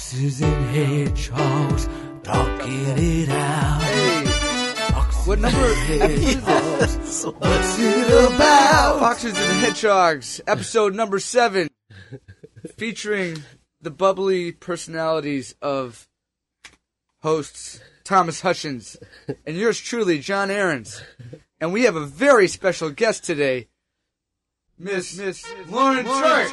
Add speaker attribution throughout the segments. Speaker 1: Susan Hedgehog's talking it out.
Speaker 2: What number?
Speaker 1: What's it about?
Speaker 2: Foxes and Hedgehogs, episode number seven, featuring the bubbly personalities of hosts Thomas Hutchins and yours truly, John Ahrens. And we have a very special guest today, Miss Miss Lauren Chart.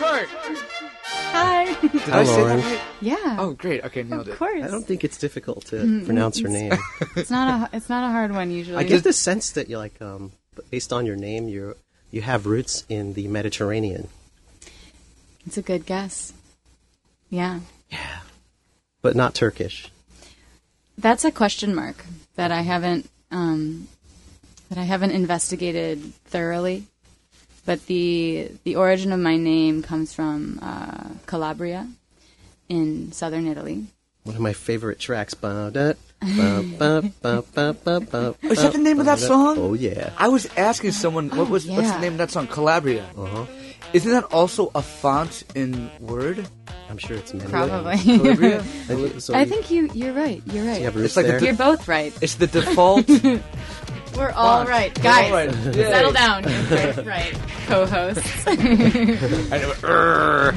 Speaker 3: Hi.
Speaker 2: Did I say that
Speaker 4: Lauren.
Speaker 2: right?
Speaker 3: yeah.
Speaker 2: Oh, great. Okay, nailed
Speaker 3: of
Speaker 2: it.
Speaker 3: course.
Speaker 4: I don't think it's difficult to pronounce her name.
Speaker 3: it's not a it's not a hard one usually.
Speaker 4: I get the sense that you like, um, based on your name, you you have roots in the Mediterranean.
Speaker 3: It's a good guess. Yeah.
Speaker 4: but not Turkish.
Speaker 3: That's a question mark that I haven't um, that I haven't investigated thoroughly. But the the origin of my name comes from uh, Calabria in southern Italy.
Speaker 4: One of my favorite tracks. Ba- da- ba- ba- ba- ba- ba- ba-
Speaker 2: Oh, is that the name of that
Speaker 4: ba- da-
Speaker 2: song?
Speaker 4: Oh yeah.
Speaker 2: I was asking someone what was what's the
Speaker 3: yeah.
Speaker 2: name of that song? Calabria.
Speaker 4: Uh-huh.
Speaker 2: Isn't that also a font in Word?
Speaker 4: I'm sure it's many.
Speaker 3: Probably.
Speaker 2: Calabria.
Speaker 4: I, so
Speaker 3: I
Speaker 4: you-
Speaker 3: think you you're right. You're
Speaker 4: you have
Speaker 3: right.
Speaker 4: roots
Speaker 2: like the
Speaker 4: there.
Speaker 3: You're both right.
Speaker 2: It's the default.
Speaker 3: We're all
Speaker 2: font.
Speaker 3: right,
Speaker 2: All
Speaker 3: guys.
Speaker 2: right. Yay.
Speaker 3: Settle down. You're both right. Co-hosts.
Speaker 2: I know. Err.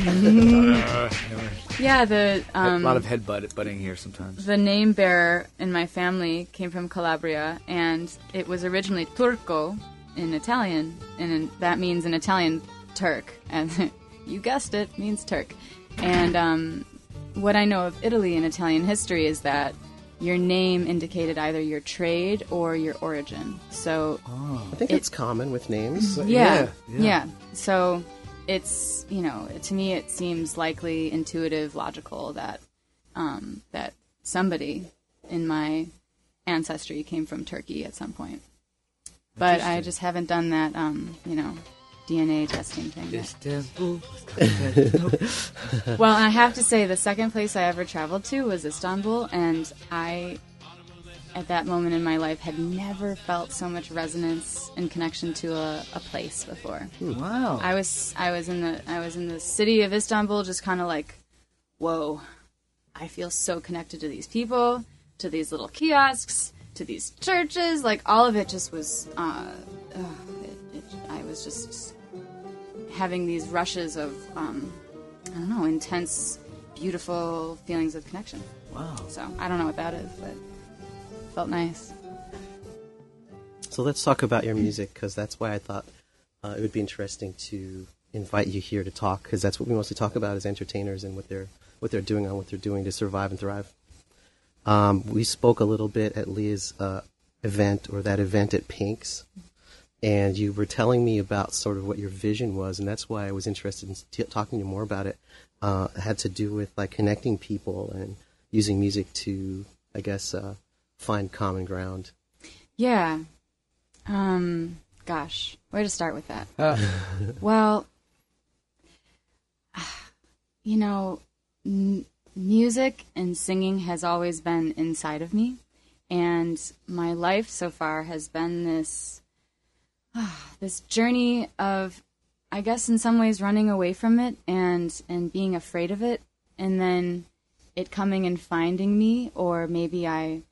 Speaker 3: yeah. The um,
Speaker 2: uh, a lot of head butt- butting here sometimes.
Speaker 3: The name bearer in my family came from Calabria, and it was originally Turco in Italian, and in- that means in Italian Turk, and you guessed it, means Turk. And um, what I know of Italy and Italian history is that your name indicated either your trade or your origin. So
Speaker 4: I think it's common with
Speaker 2: Mm-hmm.
Speaker 4: names.
Speaker 3: yeah,
Speaker 2: Yeah,
Speaker 3: yeah. So it's you know to me it seems likely, intuitive, logical that um, that somebody in my ancestry came from Turkey at some point. But I just haven't done that um, you know DNA testing thing. yet.
Speaker 2: Istanbul.
Speaker 3: Well, I have to say the second place I ever traveled to was Istanbul, and I. At that moment in my life, had never felt so much resonance and connection to a, a place before.
Speaker 2: wow.
Speaker 3: I was I was in the I was in the city of Istanbul, just kind of like, whoa, I feel so connected to these people, to these little kiosks, to these churches. Like all of it just was. Uh, ugh, it, it, I was just having these rushes of um, I don't know, intense, beautiful feelings of connection.
Speaker 2: wow.
Speaker 3: So I don't know what that is, but felt nice.
Speaker 4: So let's talk about your music because that's why I thought uh, it would be interesting to invite you here to talk because that's what we mostly talk about as entertainers and what they're what they're doing on what they're doing to survive and thrive. Um, we spoke a little bit at Leah's uh, event or that event at Pink's, and you were telling me about sort of what your vision was, and that's why I was interested in t- talking to you more about it. Uh, it had to do with like connecting people and using music to, I guess, uh, find common ground.
Speaker 3: Yeah. Um. Gosh, where to start with that?
Speaker 2: Uh,
Speaker 3: Well, you know, m- music and singing has always been inside of me, and my life so far has been this this journey of, I guess, in some ways, running away from it and and being afraid of it, and then it coming and finding me, or maybe I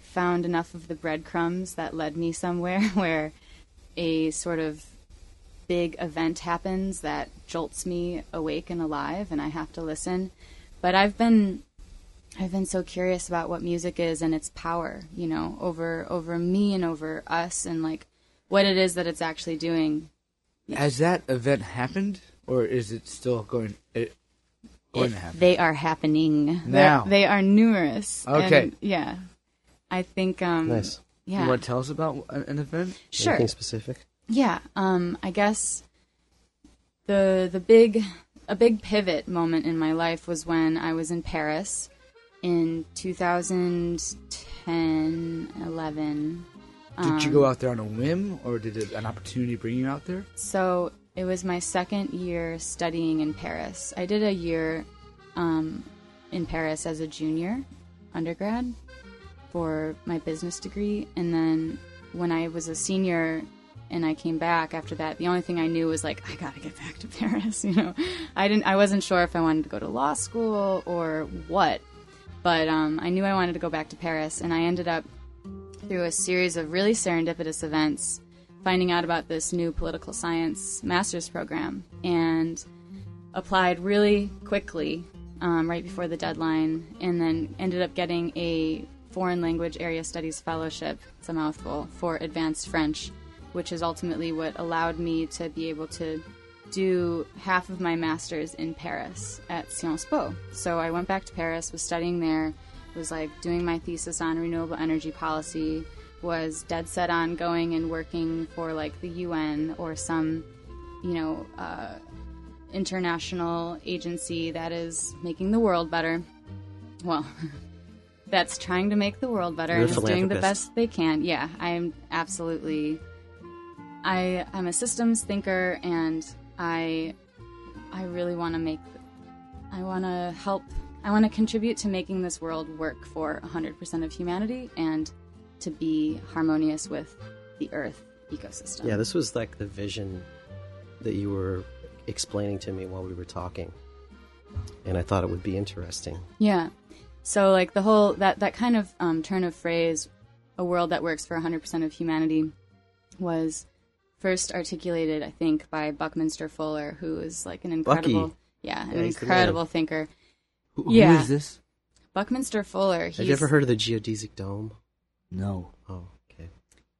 Speaker 3: found enough of the breadcrumbs that led me somewhere where a sort of big event happens that jolts me awake and alive and I have to listen. But I've been I've been so curious about what music is and its power, you know, over over me and over us and like what it is that it's actually doing.
Speaker 2: has that event happened, or is it still going? It, going to happen.
Speaker 3: They are happening.
Speaker 2: Now.
Speaker 3: They're- they are numerous.
Speaker 2: Okay.
Speaker 3: And, yeah. I think um
Speaker 4: Nice.
Speaker 3: yeah.
Speaker 2: You want to tell us about an, an event?
Speaker 3: sure.
Speaker 4: Anything specific?
Speaker 3: Yeah, um, I guess the the big a big pivot moment in my life was when I was in Paris in 2010, 11.
Speaker 2: did you go
Speaker 3: Um,
Speaker 2: out there on a whim, or did it, an opportunity bring you out there?
Speaker 3: So it was my second year studying in Paris. I did a year um, in Paris as a junior undergrad for my business degree. And then when I was a senior and I came back after that, the only thing I knew was like, I gotta get back to Paris, you know. I didn't I wasn't sure if I wanted to go to law school or what. But um, I knew I wanted to go back to Paris, and I ended up through a series of really serendipitous events finding out about this new political science master's program and applied really quickly um, right before the deadline and then ended up getting a foreign language area studies fellowship it's a mouthful for advanced french which is ultimately what allowed me to be able to do half of my master's in paris at sciences po so i went back to paris was studying there was like doing my thesis on renewable energy policy was dead set on going and working for like the un or some you know uh, international agency that is making the world better. Well, that's trying to make the world better
Speaker 4: You're a
Speaker 3: and is doing the
Speaker 4: philanthropist.
Speaker 3: best they can. Yeah, I am absolutely. I am a systems thinker, and I, I really want to make. I want to help. I want to contribute to making this world work for 100% of humanity and to be harmonious with the Earth ecosystem.
Speaker 4: Yeah, this was like the vision that you were explaining to me while we were talking. And I thought it would be interesting.
Speaker 3: Yeah. So like the whole that that kind of um, turn of phrase, a world that works for 100% of humanity, was first articulated I think by Buckminster Fuller, who is like an incredible,
Speaker 4: Bucky.
Speaker 3: yeah, an
Speaker 4: Yeah, he's the man.
Speaker 3: incredible thinker.
Speaker 2: Who,
Speaker 3: Yeah.
Speaker 2: who is this?
Speaker 3: Buckminster Fuller. He's,
Speaker 4: Have you ever heard of the geodesic dome?
Speaker 2: No.
Speaker 4: Oh, okay.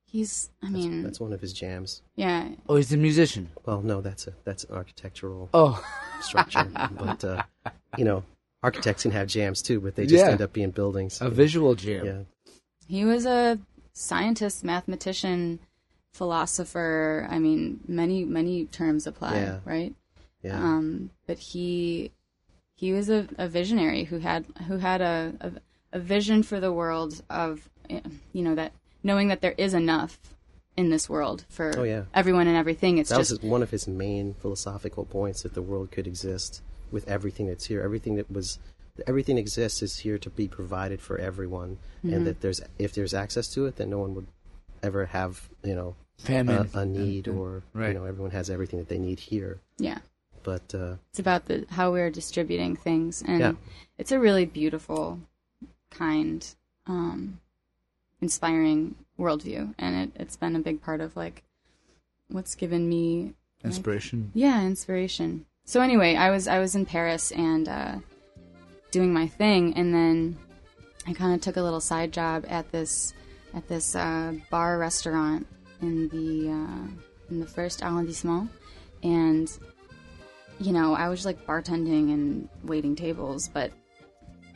Speaker 3: He's. I
Speaker 4: That's,
Speaker 3: mean,
Speaker 4: that's one of his jams.
Speaker 3: yeah.
Speaker 2: Oh, he's a musician.
Speaker 4: Well, no, that's a that's an architectural
Speaker 2: Oh,
Speaker 4: structure, but uh, you know, architects can have jams too, but they just
Speaker 2: Yeah.
Speaker 4: end up being buildings.
Speaker 2: a visual jam.
Speaker 4: yeah,
Speaker 3: He was a scientist, mathematician, philosopher. I mean, many many terms apply,
Speaker 4: Yeah.
Speaker 3: right?
Speaker 4: yeah.
Speaker 3: um, but he he was a, a visionary who had who had a, a a vision for the world of eh, you know that knowing that there is enough in this world for
Speaker 4: Oh, yeah.
Speaker 3: everyone and everything. It's
Speaker 4: that
Speaker 3: just
Speaker 4: was one of his main philosophical points that the world could exist with everything that's here. Everything that was, everything that exists is here to be provided for everyone,
Speaker 3: Mm-hmm.
Speaker 4: and that there's if there's access to it, then no one would ever have you know a,
Speaker 2: Famine.
Speaker 4: Uh, a need or
Speaker 2: right.
Speaker 4: you know everyone has everything that they need here.
Speaker 3: yeah.
Speaker 4: But uh,
Speaker 3: It's about the how we're distributing things, and
Speaker 4: Yeah.
Speaker 3: it's a really beautiful, kind, um, inspiring worldview, and it, it's been a big part of like what's given me
Speaker 2: Inspiration.
Speaker 3: yeah inspiration so anyway i was i was in paris and uh, doing my thing and then i kind of took a little side job at this at this uh, bar restaurant in the uh, in the first arrondissement and you know i was like bartending and waiting tables but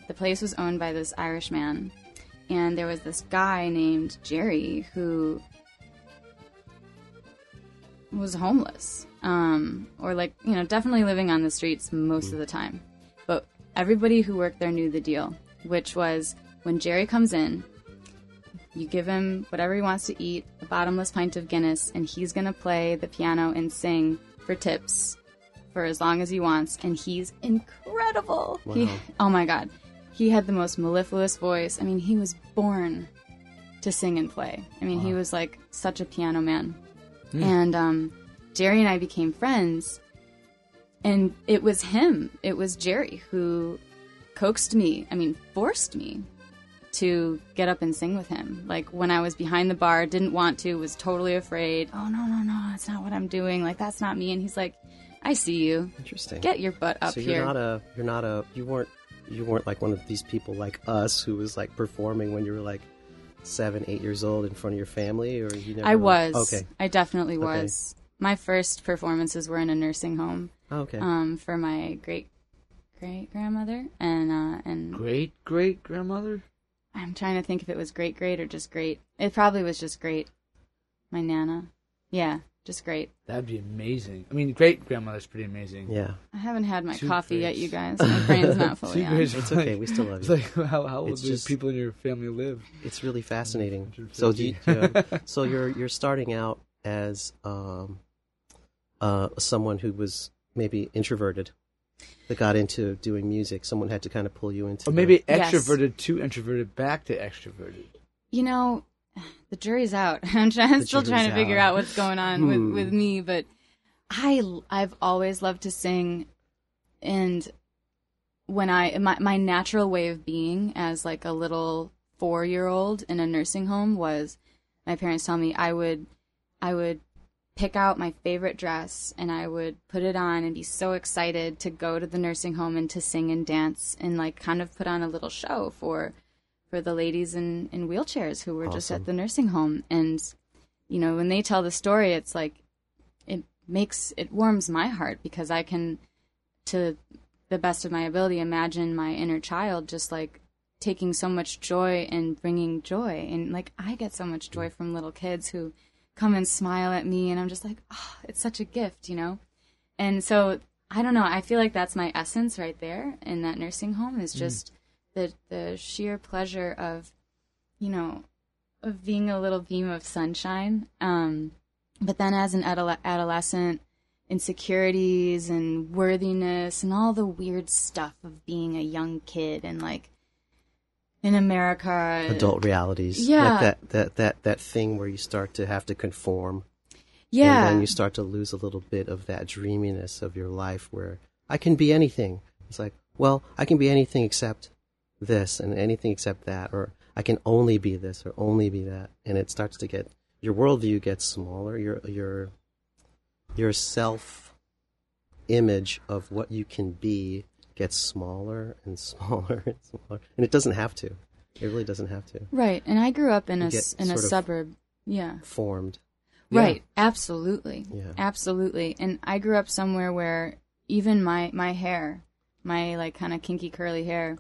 Speaker 3: the place was owned by this irish man and there was this guy named jerry who was homeless um, or like you know definitely living on the streets most of the time but everybody who worked there knew the deal which was when jerry comes in you give him whatever he wants to eat a bottomless pint of guinness and he's going to play the piano and sing for tips for as long as he wants and he's incredible he,
Speaker 4: Wow.
Speaker 3: oh my god he had the most mellifluous voice i mean he was born to sing and play i mean he was like such a piano man
Speaker 4: Mm.
Speaker 3: and um, Jerry and I became friends. And it was him, it was Jerry who coaxed me, I mean, forced me to get up and sing with him. Like when I was behind the bar, didn't want to, was totally afraid. Oh, no, no, no, that's not what I'm doing. Like, that's not me. And he's like, I see you.
Speaker 4: interesting.
Speaker 3: Get your butt up
Speaker 4: so
Speaker 3: here.
Speaker 4: you're not a you're not a you weren't you weren't like one of these people like us who was like performing when you were like seven eight years old in front of your family or you never
Speaker 3: I
Speaker 4: like-
Speaker 3: was.
Speaker 4: okay
Speaker 3: I definitely was. My first performances were in a nursing home
Speaker 4: oh, okay
Speaker 3: um, for my great great grandmother and uh, and
Speaker 2: Great great grandmother.
Speaker 3: I'm trying to think if it was great great or just great. It probably was just great. My nana. Yeah, just great.
Speaker 2: That'd be amazing. I mean, great grandmother's pretty amazing.
Speaker 4: yeah
Speaker 3: I haven't had my
Speaker 2: Two
Speaker 3: coffee yet,
Speaker 2: greats.
Speaker 3: you guys. My brain's not
Speaker 2: Two
Speaker 3: fully on.
Speaker 2: greats.
Speaker 4: it's okay we still love
Speaker 2: It's
Speaker 4: you
Speaker 2: like how how old
Speaker 4: It's
Speaker 2: do
Speaker 4: just-
Speaker 2: people in your family live?
Speaker 4: it's really fascinating so do you, yeah. so you're you're starting out as um uh someone who was maybe introverted that got into doing music someone had to kind of pull you into
Speaker 2: Or
Speaker 4: the-
Speaker 2: maybe
Speaker 3: Yes.
Speaker 2: extroverted to introverted back to extroverted.
Speaker 3: You know, the jury's out. I'm, try- I'm
Speaker 4: The
Speaker 3: still trying to
Speaker 4: jury's
Speaker 3: figure
Speaker 4: out.
Speaker 3: out what's going on
Speaker 4: Hmm.
Speaker 3: with, with me, but I I've always loved to sing, and when I my my natural way of being as like a little four year old in a nursing home was my parents tell me I would I would pick out my favorite dress and I would put it on and be so excited to go to the nursing home and to sing and dance and like kind of put on a little show for for the ladies in in wheelchairs who were just
Speaker 4: Awesome.
Speaker 3: at the nursing home and you know when they tell the story it's like it makes it warms my heart because I can to the best of my ability imagine my inner child just like taking so much joy and bringing joy and like I get so much joy from little kids who come and smile at me and I'm just like oh it's such a gift you know and so I don't know I feel like that's my essence right there in that nursing home is just the the sheer pleasure of you know of being a little beam of sunshine um but then as an adole- adolescent insecurities and worthiness and all the weird stuff of being a young kid and like in America
Speaker 4: Adult realities.
Speaker 3: Yeah.
Speaker 4: Like that, that, that, that thing where you start to have to conform.
Speaker 3: yeah
Speaker 4: And then you start to lose a little bit of that dreaminess of your life where I can be anything. It's like, well, I can be anything except this and anything except that, or I can only be this or only be that. And it starts to get, your worldview gets smaller. Your, your, your self image of what you can be gets smaller and smaller and smaller. And it doesn't have to. It really doesn't have to.
Speaker 3: right and I grew up in a
Speaker 4: You
Speaker 3: s- in
Speaker 4: get
Speaker 3: a
Speaker 4: sort of-
Speaker 3: suburb yeah
Speaker 4: Formed.
Speaker 3: Right. Absolutely.
Speaker 4: Yeah.
Speaker 3: Absolutely. And I grew up somewhere where even my my hair, my like kind of kinky curly hair,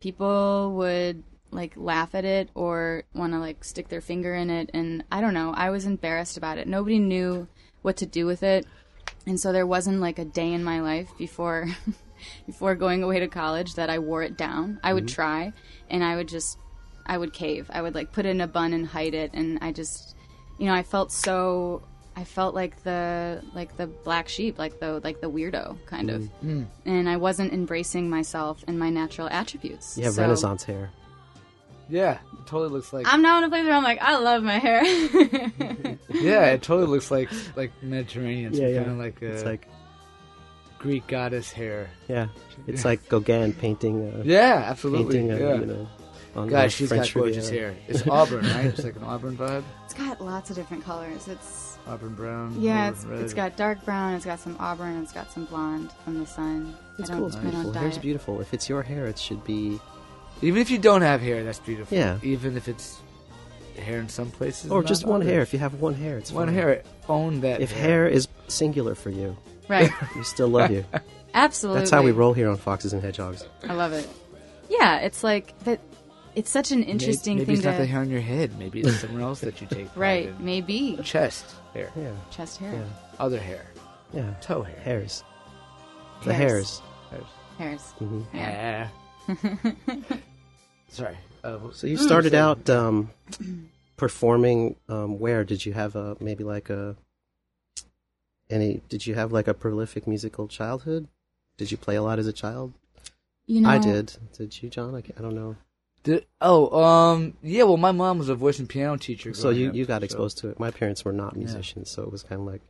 Speaker 3: people would like laugh at it or want to like stick their finger in it and I don't know, I was embarrassed about it. Nobody knew what to do with it. And so there wasn't like a day in my life before before going away to college that I wore it down. I
Speaker 4: Mm-hmm.
Speaker 3: would try and I would just I would cave. I would like put it in a bun and hide it and I just you know, I felt so I felt like the like the black sheep, like the like the weirdo kind of.
Speaker 4: Mm-hmm. Mm.
Speaker 3: And I wasn't embracing myself and my natural attributes.
Speaker 4: You have
Speaker 3: So-
Speaker 4: Renaissance hair.
Speaker 2: Yeah, it totally looks like.
Speaker 3: I'm not in a place where I'm like, I love my hair.
Speaker 2: yeah, it totally looks like like Mediterranean. Yeah, kind of like a
Speaker 4: it's like
Speaker 2: Greek goddess hair.
Speaker 4: Yeah, it's like Gauguin painting. Uh,
Speaker 2: Yeah, absolutely.
Speaker 4: painting. Uh,
Speaker 2: yeah.
Speaker 4: you know, on the
Speaker 2: Gosh, she's
Speaker 4: French
Speaker 2: got gorgeous
Speaker 4: Riviera.
Speaker 2: hair. It's auburn, right? It's like an auburn vibe,
Speaker 3: it's got lots of different colors. It's
Speaker 2: auburn brown.
Speaker 3: yeah,
Speaker 2: auburn
Speaker 3: it's,
Speaker 2: red.
Speaker 3: it's got dark brown, it's got some auburn, it's got some blonde from the sun.
Speaker 4: It's
Speaker 3: I don't,
Speaker 4: cool. It's
Speaker 3: I don't
Speaker 4: beautiful.
Speaker 3: dye
Speaker 4: Hair's
Speaker 3: it.
Speaker 4: beautiful. If it's your hair, it should be.
Speaker 2: Even if you don't have hair, that's beautiful.
Speaker 4: Yeah.
Speaker 2: Even if it's hair in some places,
Speaker 4: Or
Speaker 2: not
Speaker 4: just one
Speaker 2: others.
Speaker 4: hair. If you have one hair, it's
Speaker 2: One
Speaker 4: fine.
Speaker 2: hair. Own that.
Speaker 4: If hair is singular for you,
Speaker 3: Right.
Speaker 4: we still love you.
Speaker 3: Absolutely.
Speaker 4: That's how we roll here on Foxes and Hedgehogs.
Speaker 3: I love it. Yeah, it's like that it's such an interesting
Speaker 2: Maybe,
Speaker 3: thing
Speaker 2: maybe it's
Speaker 3: to
Speaker 2: not the hair on your head. Maybe it's somewhere else that you take. pride
Speaker 3: Right,
Speaker 2: in.
Speaker 3: maybe.
Speaker 2: Chest hair,
Speaker 4: Yeah,
Speaker 3: Chest hair.
Speaker 4: yeah,
Speaker 2: other hair,
Speaker 4: yeah.
Speaker 2: toe hair.
Speaker 4: Hairs. The
Speaker 3: Hairs.
Speaker 4: hairs.
Speaker 2: Hairs.
Speaker 3: Hairs.
Speaker 4: Mhm.
Speaker 3: Yeah.
Speaker 2: Yeah. Sorry. Uh, what was-
Speaker 4: So you started out um, performing. Um, where did you have a maybe like a any? Did you have like a prolific musical childhood? Did you play a lot as a child?
Speaker 3: You know,
Speaker 4: I did. Did you, John? I, ca- I don't know.
Speaker 2: Did- oh, um, yeah. Well, my mom was a voice and piano teacher.
Speaker 4: So
Speaker 2: growing
Speaker 4: you,
Speaker 2: up,
Speaker 4: you got
Speaker 2: so-
Speaker 4: exposed to it. My parents were not musicians, so it was kind of like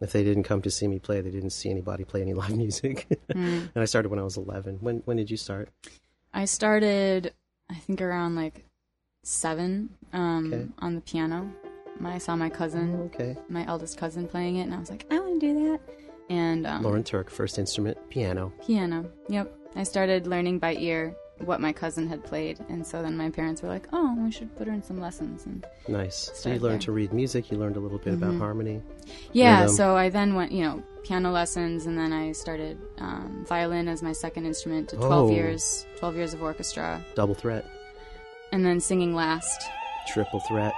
Speaker 4: if they didn't come to see me play, they didn't see anybody play any live music. and I started when I was 11. When when did you start?
Speaker 3: mm, I started, I think, around like seven um,
Speaker 4: Okay. Oh.
Speaker 3: on the piano. My, I saw my cousin,
Speaker 4: Okay.
Speaker 3: my eldest cousin, playing it, and I was like, I want to do that. And um,
Speaker 4: Lauren Turk, first instrument, piano.
Speaker 3: piano. Yep. I started learning by ear what my cousin had played, and so then my parents were like, "Oh, we should put her in some lessons." And
Speaker 4: Nice. So you
Speaker 3: Started
Speaker 4: learned
Speaker 3: there.
Speaker 4: to read music, you learned a little bit about harmony.
Speaker 3: Yeah,
Speaker 4: rhythm.
Speaker 3: so I then went, you know, piano lessons, and then I started um, violin as my second instrument to 12
Speaker 4: Oh.
Speaker 3: years, 12 years of orchestra,
Speaker 4: Double threat,
Speaker 3: and then singing last,
Speaker 4: triple threat,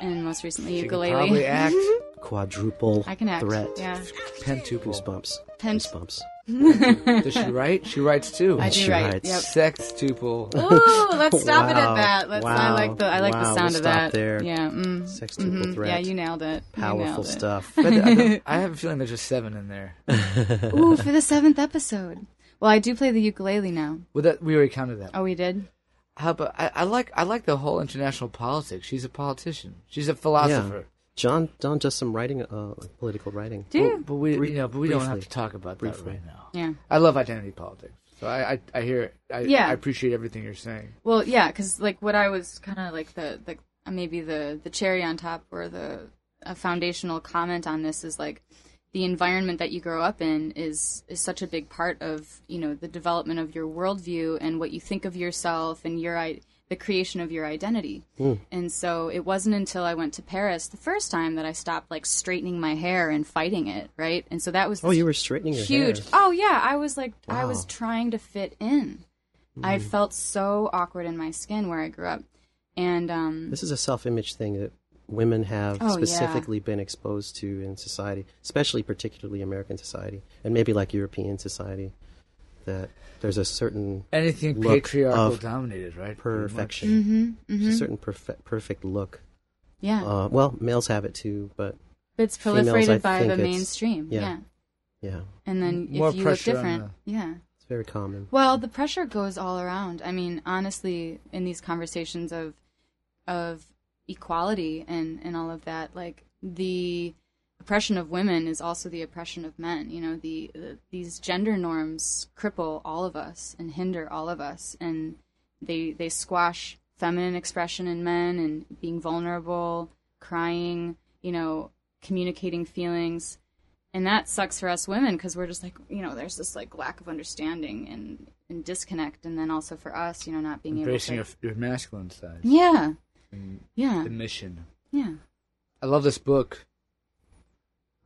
Speaker 3: and most recently
Speaker 2: She could
Speaker 3: ukulele.
Speaker 2: Probably act
Speaker 4: quadruple
Speaker 3: I can act.
Speaker 4: threat.
Speaker 3: Yeah.
Speaker 2: pentuple.
Speaker 4: Goosebumps.
Speaker 3: Pent-
Speaker 4: Goosebumps.
Speaker 2: Does she write? She writes too.
Speaker 3: I do
Speaker 4: She
Speaker 3: right.
Speaker 4: writes.
Speaker 3: Yep.
Speaker 2: Sextuple.
Speaker 3: Ooh, let's stop it
Speaker 4: Wow.
Speaker 3: at that. Let's. I
Speaker 4: Wow.
Speaker 3: like the. I like
Speaker 4: Wow,
Speaker 3: the
Speaker 4: we'll
Speaker 3: sound of
Speaker 4: stop
Speaker 3: that.
Speaker 4: there.
Speaker 3: Yeah. Mm,
Speaker 4: Sextuple
Speaker 3: mhm.
Speaker 4: threat.
Speaker 3: Yeah, you nailed it. You
Speaker 4: Powerful
Speaker 3: nailed it.
Speaker 4: stuff.
Speaker 2: But I don't- I have a feeling there's just seven in there.
Speaker 3: Ooh, for the seventh episode. Well, I do play the ukulele now.
Speaker 2: Well, that we already counted that.
Speaker 3: Oh, we did.
Speaker 2: How about I, I like I like the whole international politics. She's a politician. She's a philosopher.
Speaker 4: John John does some writing, uh, like political writing.
Speaker 3: Do you?
Speaker 2: But we,
Speaker 4: Bri-
Speaker 2: you know, but we don't have
Speaker 4: briefly.
Speaker 2: to talk about
Speaker 4: Briefly.
Speaker 2: that right now.
Speaker 3: Yeah.
Speaker 2: I love identity politics. So I I, I hear it. I,
Speaker 3: Yeah.
Speaker 2: I appreciate everything you're saying.
Speaker 3: Well, yeah, because like what I was kind of like the the uh, maybe the the cherry on top or the a foundational comment on this is like the environment that you grow up in is is such a big part of you know the development of your worldview and what you think of yourself and your i the creation of your identity.
Speaker 4: Hmm.
Speaker 3: And so it wasn't until I went to Paris the first time that I stopped like straightening my hair and fighting it, right? And so that was
Speaker 4: Oh,
Speaker 3: this
Speaker 4: you were straightening your
Speaker 3: huge.
Speaker 4: hair.
Speaker 3: Oh yeah, I was like I
Speaker 4: Wow. Mm-hmm.
Speaker 3: was trying to fit in. I felt so awkward in my skin where I grew up, and um,
Speaker 4: This is a self-image thing that women have
Speaker 3: Oh, yeah.
Speaker 4: specifically been exposed to in society, especially particularly American society and maybe like European society that there's a certain
Speaker 2: Anything
Speaker 4: Look
Speaker 2: patriarchal
Speaker 4: of
Speaker 2: dominated, right? Pretty much.
Speaker 4: perfection,
Speaker 3: mhm,
Speaker 4: there's
Speaker 3: mhm,
Speaker 4: a certain perfect perfect look.
Speaker 3: yeah,
Speaker 4: Uh, well, males have it too, but
Speaker 3: it's
Speaker 4: females,
Speaker 3: proliferated
Speaker 4: I
Speaker 3: by
Speaker 4: think
Speaker 3: the
Speaker 4: it's-
Speaker 3: mainstream. Yeah.
Speaker 4: yeah. yeah,
Speaker 3: and then
Speaker 2: More
Speaker 3: if you look
Speaker 2: pressure on
Speaker 3: different, yeah.
Speaker 4: it's very common.
Speaker 3: Well, the pressure goes all around. I mean, honestly, in these conversations of of equality and and all of that, like the oppression of women is also the oppression of men. You know, the, the these gender norms cripple all of us and hinder all of us, and they they squash feminine expression in men and being vulnerable, crying, you know, communicating feelings and that sucks for us women because we're just like you know there's this like lack of understanding and and disconnect and then also for us you know not being
Speaker 2: Embracing your,
Speaker 3: able to
Speaker 2: your masculine side.
Speaker 3: yeah
Speaker 2: And
Speaker 3: yeah
Speaker 2: The mission.
Speaker 3: yeah
Speaker 2: I love this book.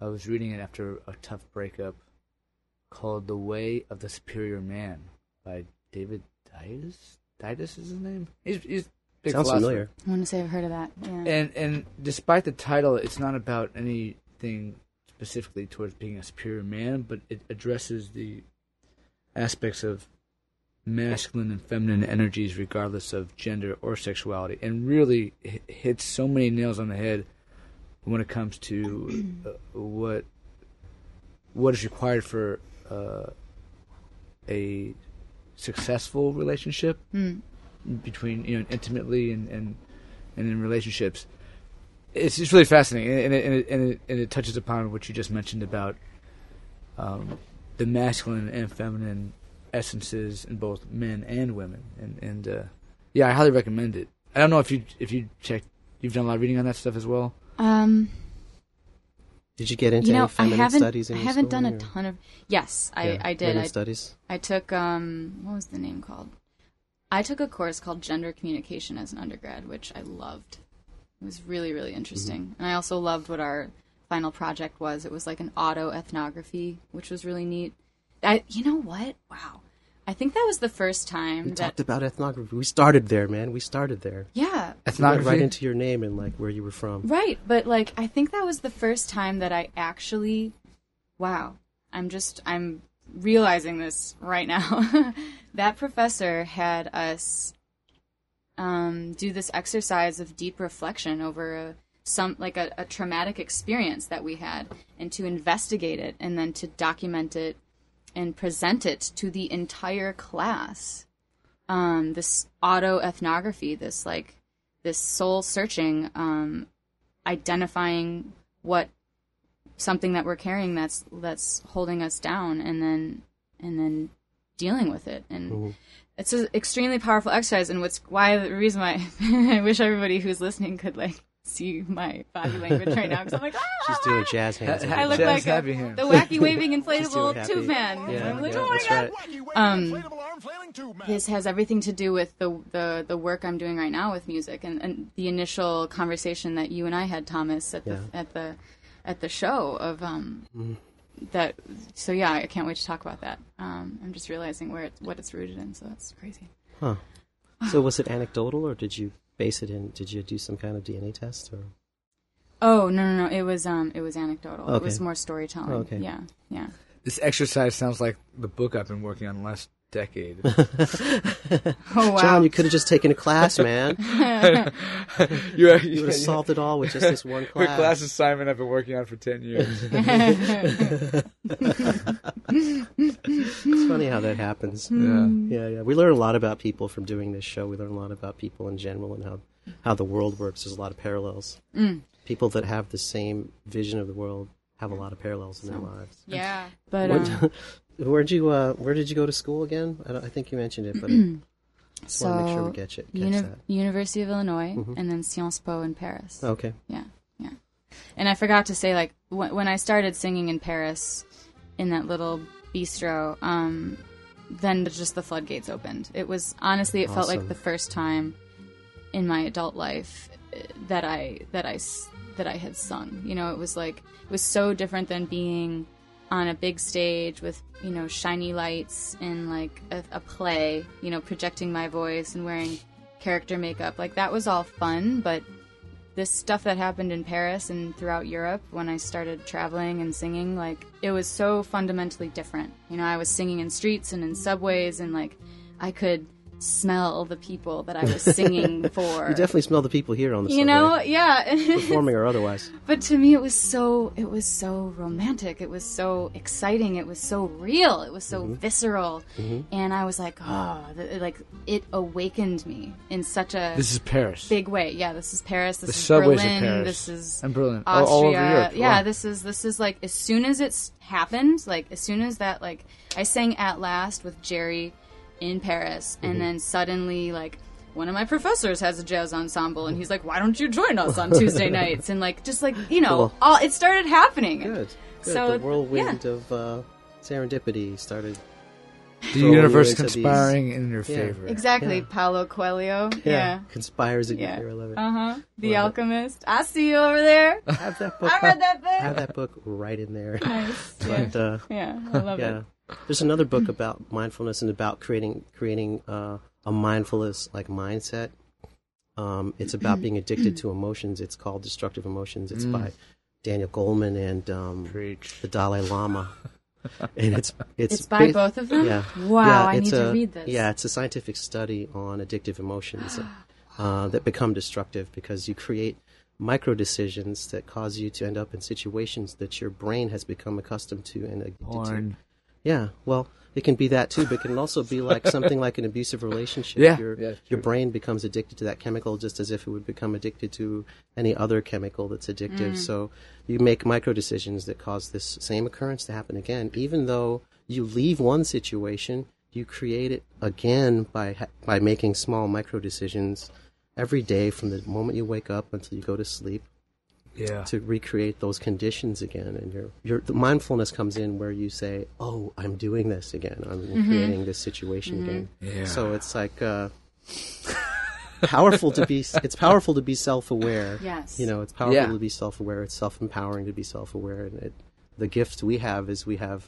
Speaker 2: I was reading it after a tough breakup called The Way of the Superior Man by David Didis. Didis is his name? He's, he's a big
Speaker 4: Sounds
Speaker 2: philosopher.
Speaker 4: familiar.
Speaker 3: i want to say i've heard of that yeah
Speaker 2: And and despite the title, it's not about anything specifically towards being a superior man, but it addresses the aspects of masculine and feminine energies, regardless of gender or sexuality, and really h- hits so many nails on the head when it comes to uh, what what is required for uh, a successful relationship
Speaker 3: Hmm.
Speaker 2: between you know intimately and and, and in relationships. It's it's really fascinating, and and it, and, it, and, it, and it touches upon what you just mentioned about um, the masculine and feminine essences in both men and women, and and uh, yeah, I highly recommend it. I don't know if you if you check, you've done a lot of reading on that stuff as well.
Speaker 3: um
Speaker 4: Did you get into
Speaker 3: you know
Speaker 4: any
Speaker 3: i
Speaker 4: feminine
Speaker 3: haven't
Speaker 4: studies? In
Speaker 3: i
Speaker 4: your
Speaker 3: haven't done
Speaker 4: schooling,
Speaker 3: a
Speaker 4: or-
Speaker 3: ton of yes i
Speaker 4: Yeah,
Speaker 3: i did
Speaker 4: Women
Speaker 3: I,
Speaker 4: studies.
Speaker 3: I took um what was the name called i took a course called gender communication as an undergrad which i loved it was really really
Speaker 4: Mm-hmm.
Speaker 3: interesting and i also loved what our final project was it was like an auto ethnography which was really neat I, you know what wow i think that was the first time
Speaker 4: We
Speaker 3: that
Speaker 4: talked about ethnography. We started there, man. We started there.
Speaker 3: yeah
Speaker 2: That's
Speaker 4: We
Speaker 2: not
Speaker 4: went right into your name and like where you were from.
Speaker 3: Right, but like I think that was the first time that I actually wow, I'm just I'm realizing this right now. that professor had us um do this exercise of deep reflection over a some like a, a traumatic experience that we had and to investigate it and then to document it and present it to the entire class um, this auto ethnography, this like this soul searching, um, identifying what something that we're carrying that's that's holding us down, and then and then dealing with it. And it's an extremely powerful exercise. And what's why the reason why I wish everybody who's listening could like see my body language right now because I'm like "Ah,
Speaker 4: She's
Speaker 3: ah,
Speaker 4: doing
Speaker 3: ah."
Speaker 4: jazz hands.
Speaker 2: I
Speaker 3: I look
Speaker 2: Jazz
Speaker 3: like a-
Speaker 2: happy hand.
Speaker 3: the wacky waving
Speaker 4: She's doing
Speaker 3: inflatable
Speaker 4: happy.
Speaker 3: tube man.
Speaker 4: Yeah,
Speaker 3: I'm like,
Speaker 4: yeah,
Speaker 3: "Oh my
Speaker 4: that's
Speaker 3: God."
Speaker 4: right.
Speaker 3: Um, This has everything to do with the the the work I'm doing right now with music and, and the initial conversation that you and I had, Thomas, at the
Speaker 4: Yeah. Mm-hmm.
Speaker 3: at the at the show of um that. So yeah, I can't wait to talk about that. Um, I'm just realizing where it's what it's rooted in. So that's crazy.
Speaker 4: Huh. So was it anecdotal, or did you base it in? Did you do some kind of DNA test? Or
Speaker 3: Oh no no no! It was um it was anecdotal. It
Speaker 4: Okay.
Speaker 3: was more storytelling.
Speaker 4: Oh, okay.
Speaker 3: Yeah yeah.
Speaker 2: This exercise sounds like the book I've been working on the last decade.
Speaker 3: Oh wow.
Speaker 4: John, you could have just taken a class, man.
Speaker 2: You're,
Speaker 4: you would have solved it all with just this one
Speaker 2: Her
Speaker 4: class.
Speaker 2: class assignment I've been working on for ten years.
Speaker 4: It's funny how that happens.
Speaker 2: yeah.
Speaker 4: Yeah, yeah. We learn a lot about people from doing this show. We learn a lot about people in general and how how the world works. There's a lot of parallels.
Speaker 3: Mm.
Speaker 4: People that have the same vision of the world have a lot of parallels in their lives.
Speaker 3: yeah, but
Speaker 4: What-
Speaker 3: um,
Speaker 4: Where'd you uh, Where did you go to school again? I, don't, I think you mentioned it, but I just
Speaker 3: So
Speaker 4: want to make sure we catch it. Catch
Speaker 3: uni-
Speaker 4: that. Mm-hmm.
Speaker 3: University of Illinois, and then Sciences Po in Paris.
Speaker 4: Okay.
Speaker 3: Yeah, yeah. And I forgot to say, like, wh- when I started singing in Paris, in that little bistro, um, then just the floodgates opened. It was honestly, it felt like
Speaker 4: Awesome.
Speaker 3: the first time in my adult life eh, that I that I s- that I had sung. You know, it was like it was so different than being on a big stage with you know shiny lights and like a, a play. You know, projecting my voice and wearing character makeup. Like that was all fun, but this stuff that happened in Paris and throughout Europe when I started traveling and singing, like it was so fundamentally different. You know, I was singing in streets and in subways, and like I could smell the people that I was singing for.
Speaker 4: You definitely smell the people here on the
Speaker 3: You know, yeah.
Speaker 4: performing or otherwise.
Speaker 3: but to me, it was so it was so romantic. It was so exciting. It was so real. It was so visceral, and I was like, oh, th- like it awakened me in such a
Speaker 2: This is Paris.
Speaker 3: big way. Yeah, this is Paris. This
Speaker 2: The
Speaker 3: is
Speaker 2: subways of
Speaker 3: Berlin.
Speaker 2: Paris.
Speaker 3: This is
Speaker 2: And Berlin. All-
Speaker 3: Austria.
Speaker 2: all over Europe.
Speaker 3: Yeah,
Speaker 2: Wow.
Speaker 3: this is this is like as soon as it's happened, like as soon as that like I sang at last with Jerry in Paris, and then suddenly like one of my professors has a jazz ensemble, and he's like, "Why don't you join us on Tuesday nights?" And like just like you know,
Speaker 4: Cool.
Speaker 3: all it started happening.
Speaker 4: Good. Good.
Speaker 3: So,
Speaker 4: the whirlwind of uh, serendipity started.
Speaker 2: The
Speaker 4: Throwing
Speaker 2: universe
Speaker 4: into these-
Speaker 2: conspiring in your
Speaker 4: Yeah.
Speaker 2: favor.
Speaker 3: Exactly,
Speaker 4: Yeah.
Speaker 3: Paulo Coelho. Yeah.
Speaker 4: Conspires in
Speaker 3: Yeah.
Speaker 4: your ear. I love it.
Speaker 3: Uh huh. The
Speaker 4: Love it.
Speaker 3: Alchemist. I see you over there.
Speaker 4: have that book.
Speaker 3: I read that
Speaker 4: I have
Speaker 3: book.
Speaker 4: that book right in there.
Speaker 3: Nice. Yeah.
Speaker 4: But uh,
Speaker 3: Yeah, I love
Speaker 4: yeah,
Speaker 3: it.
Speaker 4: there's another book about mindfulness and about creating creating uh, a mindfulness like mindset. Um, it's about being addicted to emotions. It's called Destructive Emotions. It's by Daniel Goleman and um,
Speaker 2: Preach.
Speaker 4: the Dalai Lama, and it's it's
Speaker 3: It's by
Speaker 4: ba-
Speaker 3: both of them?
Speaker 4: Yeah.
Speaker 3: Mm-hmm. Wow,
Speaker 4: Yeah,
Speaker 3: I
Speaker 4: it's
Speaker 3: need to
Speaker 4: a-
Speaker 3: read this.
Speaker 4: Yeah, it's a scientific study on addictive emotions uh, that become destructive because you create micro decisions that cause you to end up in situations that your brain has become accustomed to and addicted to.
Speaker 2: Porn.
Speaker 4: Yeah, well, it can be that too, but it can also be like something like an abusive relationship.
Speaker 2: Yeah,
Speaker 4: your,
Speaker 2: yeah, it's
Speaker 4: your brain becomes addicted to that chemical just as if it would become addicted to any other chemical that's addictive. So you make micro decisions that cause this same occurrence to happen again, even though you leave one situation, you create it again by ha- by making small micro decisions every day from the moment you wake up until you go to sleep
Speaker 2: Yeah.
Speaker 4: to recreate those conditions again and your your the mindfulness comes in where you say oh i'm doing this again i'm creating this situation again
Speaker 2: Mm-hmm. Yeah.
Speaker 4: so it's like uh powerful to be it's powerful to be self-aware
Speaker 3: Yes.
Speaker 4: you know it's powerful
Speaker 2: Yeah.
Speaker 4: to be self-aware it's self-empowering to be self-aware and it, the gift we have is we have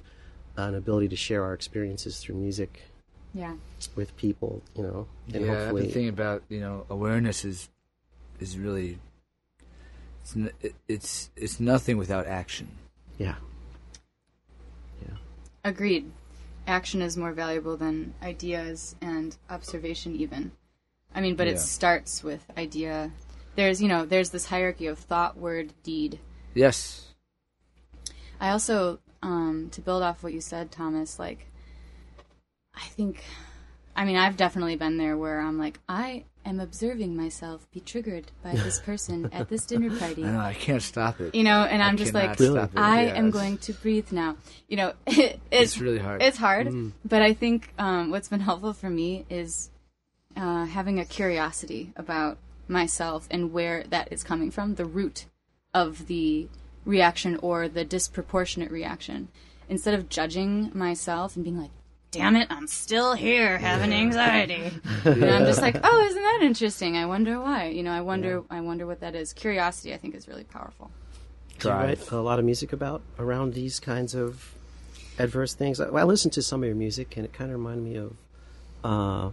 Speaker 4: an ability to share our experiences through music
Speaker 3: Yeah.
Speaker 4: with people you know and
Speaker 2: yeah,
Speaker 4: hopefully
Speaker 2: the thing about you know awareness is is really it's n- it- it's it's nothing without action.
Speaker 4: yeah
Speaker 3: Agreed. Action is more valuable than ideas and observation, even. I mean, but
Speaker 2: Yeah.
Speaker 3: it starts with idea. There's, you know, there's this hierarchy of thought, word, deed.
Speaker 2: Yes.
Speaker 3: I also, um, to build off what you said, Thomas, like, I think, I mean, I've definitely been there where I'm like, I am observing myself be triggered by this person at this dinner party.
Speaker 2: I know I can't stop it.
Speaker 3: You know, and I'm just
Speaker 2: cannot
Speaker 3: like,
Speaker 2: stop
Speaker 4: Really?
Speaker 2: it.
Speaker 3: I
Speaker 2: Yeah,
Speaker 3: am
Speaker 2: it's-
Speaker 3: going to breathe now. You know, it, it's,
Speaker 2: really hard. Mm.
Speaker 3: It's hard, but I think um, what's been helpful for me is uh, having a curiosity about myself and where that is coming from, the root of the reaction or the disproportionate reaction. Instead of judging myself and being like, damn it, I'm still here having anxiety. And I'm just like, oh, isn't that interesting? I wonder why. You know, I wonder, I wonder what that is. Curiosity, I think, is really powerful.
Speaker 4: Do you
Speaker 2: Drive.
Speaker 4: write a lot of music about around these kinds of adverse things? I, I listened to some of your music, and it kind of reminded me of uh,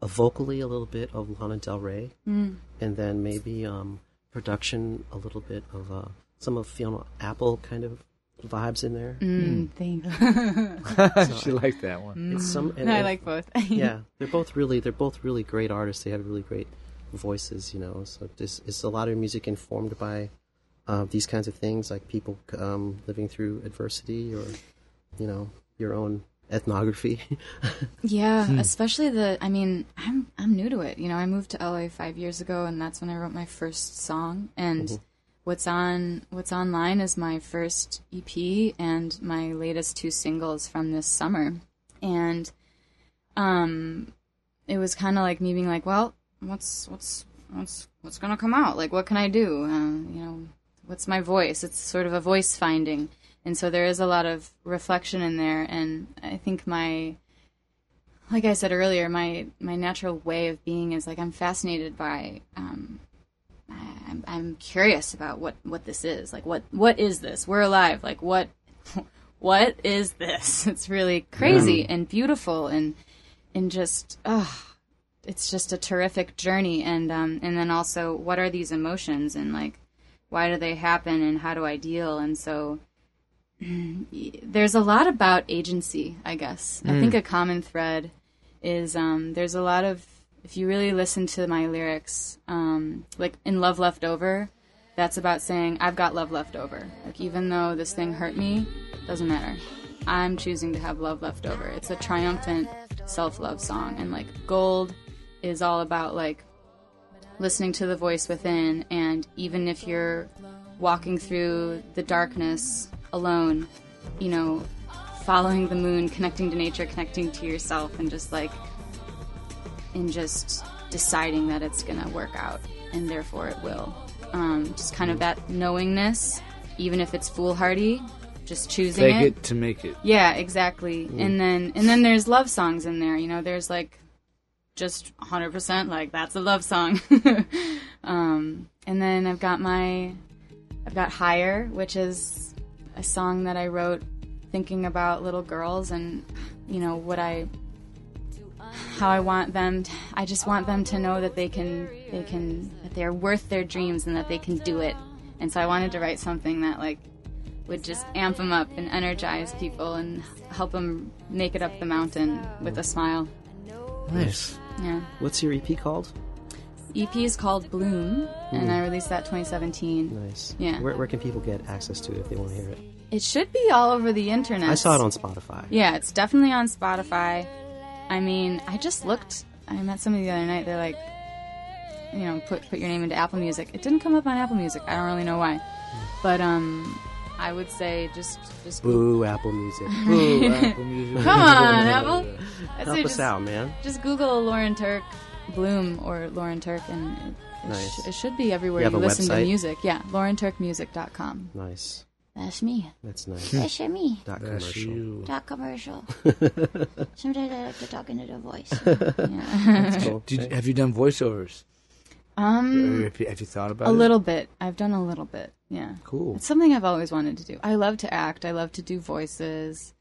Speaker 4: uh, vocally a little bit of Lana Del Rey, and then maybe um, production a little bit of uh, some of Fiona Apple kind of vibes in there.
Speaker 3: Mm, thanks.
Speaker 2: she liked that one.
Speaker 4: It's some, and,
Speaker 3: I
Speaker 4: and-
Speaker 3: like both.
Speaker 4: yeah, they're both really they're both really great artists. They have really great voices, you know. So this is a lot of your music informed by uh, these kinds of things, like people um, living through adversity, or you know, your own ethnography.
Speaker 3: Yeah, especially the. I mean, I'm I'm new to it. You know, I moved to LA five years ago, and that's when I wrote my first song. And what's on what's online is my first EP and my latest two singles from this summer, and um, it was kind of like me being like, well, what's what's what's what's gonna come out? Like, what can I do? Uh, you know, what's my voice? It's sort of a voice finding, and so there is a lot of reflection in there, and I think my like I said earlier, my my natural way of being is like I'm fascinated by. Um, I- I'm, I'm curious about what what this is. Like, what what is this? We're alive. Like, what what is this? It's really crazy and beautiful and and just oh, it's just a terrific journey. And um and then also, what are these emotions and like why do they happen and how do I deal? And so there's a lot about agency, I guess. I think a common thread is um, there's a lot of if you really listen to my lyrics, um, like in Love Left Over, that's about saying I've got love left over. Like even though this thing hurt me, doesn't matter. I'm choosing to have love left over. It's a triumphant self-love song, and like Gold is all about like listening to the voice within and even if you're walking through the darkness alone you know following the moon connecting to nature connecting to yourself and just like and just deciding that it's gonna work out and therefore it will um, just kind of that knowingness even if it's foolhardy just choosing
Speaker 2: Fake
Speaker 3: it
Speaker 2: it to make it.
Speaker 3: yeah, exactly. And then and then there's love songs in there. You know, there's like just 100% like that's a love song. um, and then I've got my I've got higher, which is a song that I wrote thinking about little girls and you know what I how I want them. t I I just want them to know that they can they can that they're worth their dreams and that they can do it. And so I wanted to write something that like would just amp them up and energize people and help them make it up the mountain with a smile.
Speaker 4: Nice.
Speaker 3: Yeah.
Speaker 4: What's your EP called?
Speaker 3: EP is called Bloom,
Speaker 4: Hmm.
Speaker 3: and I released that 2017.
Speaker 4: Nice.
Speaker 3: Yeah.
Speaker 4: Where, where can people get access to it if they want to hear it?
Speaker 3: It should be all over the internet.
Speaker 4: I saw it on Spotify.
Speaker 3: Yeah, it's definitely on Spotify. I mean, I just looked. I met somebody the other night. They're like, you know, put put your name into Apple Music. It didn't come up on Apple Music. I don't really know why, but um, I would say just just
Speaker 4: Boo, Apple Music.
Speaker 2: Ooh, Apple Music.
Speaker 3: come on Apple. I'd
Speaker 4: Help
Speaker 3: say
Speaker 4: us
Speaker 3: just-
Speaker 4: out, man.
Speaker 3: Just Google Lauren Turk Bloom or Lauren Turk, and it, it,
Speaker 4: Nice.
Speaker 3: sh- it should be everywhere
Speaker 4: You
Speaker 3: you,
Speaker 4: have a
Speaker 3: listen to
Speaker 4: website?
Speaker 3: music. Yeah, laurenturkmusic.com.
Speaker 4: Nice.
Speaker 5: That's me.
Speaker 4: That's nice.
Speaker 5: That's me.
Speaker 4: Dot
Speaker 2: That's
Speaker 4: commercial.
Speaker 2: you.
Speaker 5: Talk commercial. Sometimes I like to talk into the voice.
Speaker 4: That's cool.
Speaker 2: Did, have you done voiceovers?
Speaker 3: Um,
Speaker 2: Or Have you, have you thought about
Speaker 3: a
Speaker 2: it?
Speaker 3: little bit. I've done a little bit. Yeah,
Speaker 4: Cool.
Speaker 3: it's something I've always wanted to do. I love to act. I love to do voices.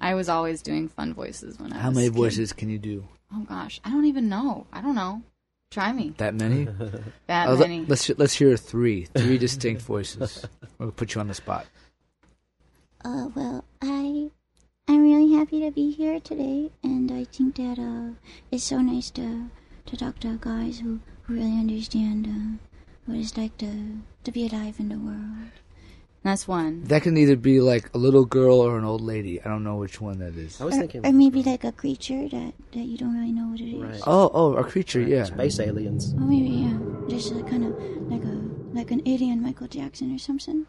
Speaker 3: I was always doing fun voices when I
Speaker 2: How
Speaker 3: was
Speaker 2: many
Speaker 3: a kid.
Speaker 2: voices can you do?
Speaker 3: Oh gosh, I don't even know. I don't know. Try me.
Speaker 2: That many?
Speaker 3: That
Speaker 2: Uh, le-
Speaker 3: many.
Speaker 2: let's let's hear three, three distinct voices. We'll put you on the spot.
Speaker 5: Uh, well, I I'm really happy to be here today, and I think that uh, it's so nice to to talk to guys who, who really understand uh, what it's like to to be alive in the world.
Speaker 3: That's one.
Speaker 2: That can either be like a little girl or an old lady. I don't know which one that is.
Speaker 4: I was
Speaker 5: Or-
Speaker 4: thinking.
Speaker 5: or, maybe like a creature that, that you don't really know what it is.
Speaker 4: Right.
Speaker 2: Oh, oh, a creature. Yeah.
Speaker 4: Space aliens.
Speaker 5: Or maybe yeah, just like kind of like a like an alien Michael Jackson or something.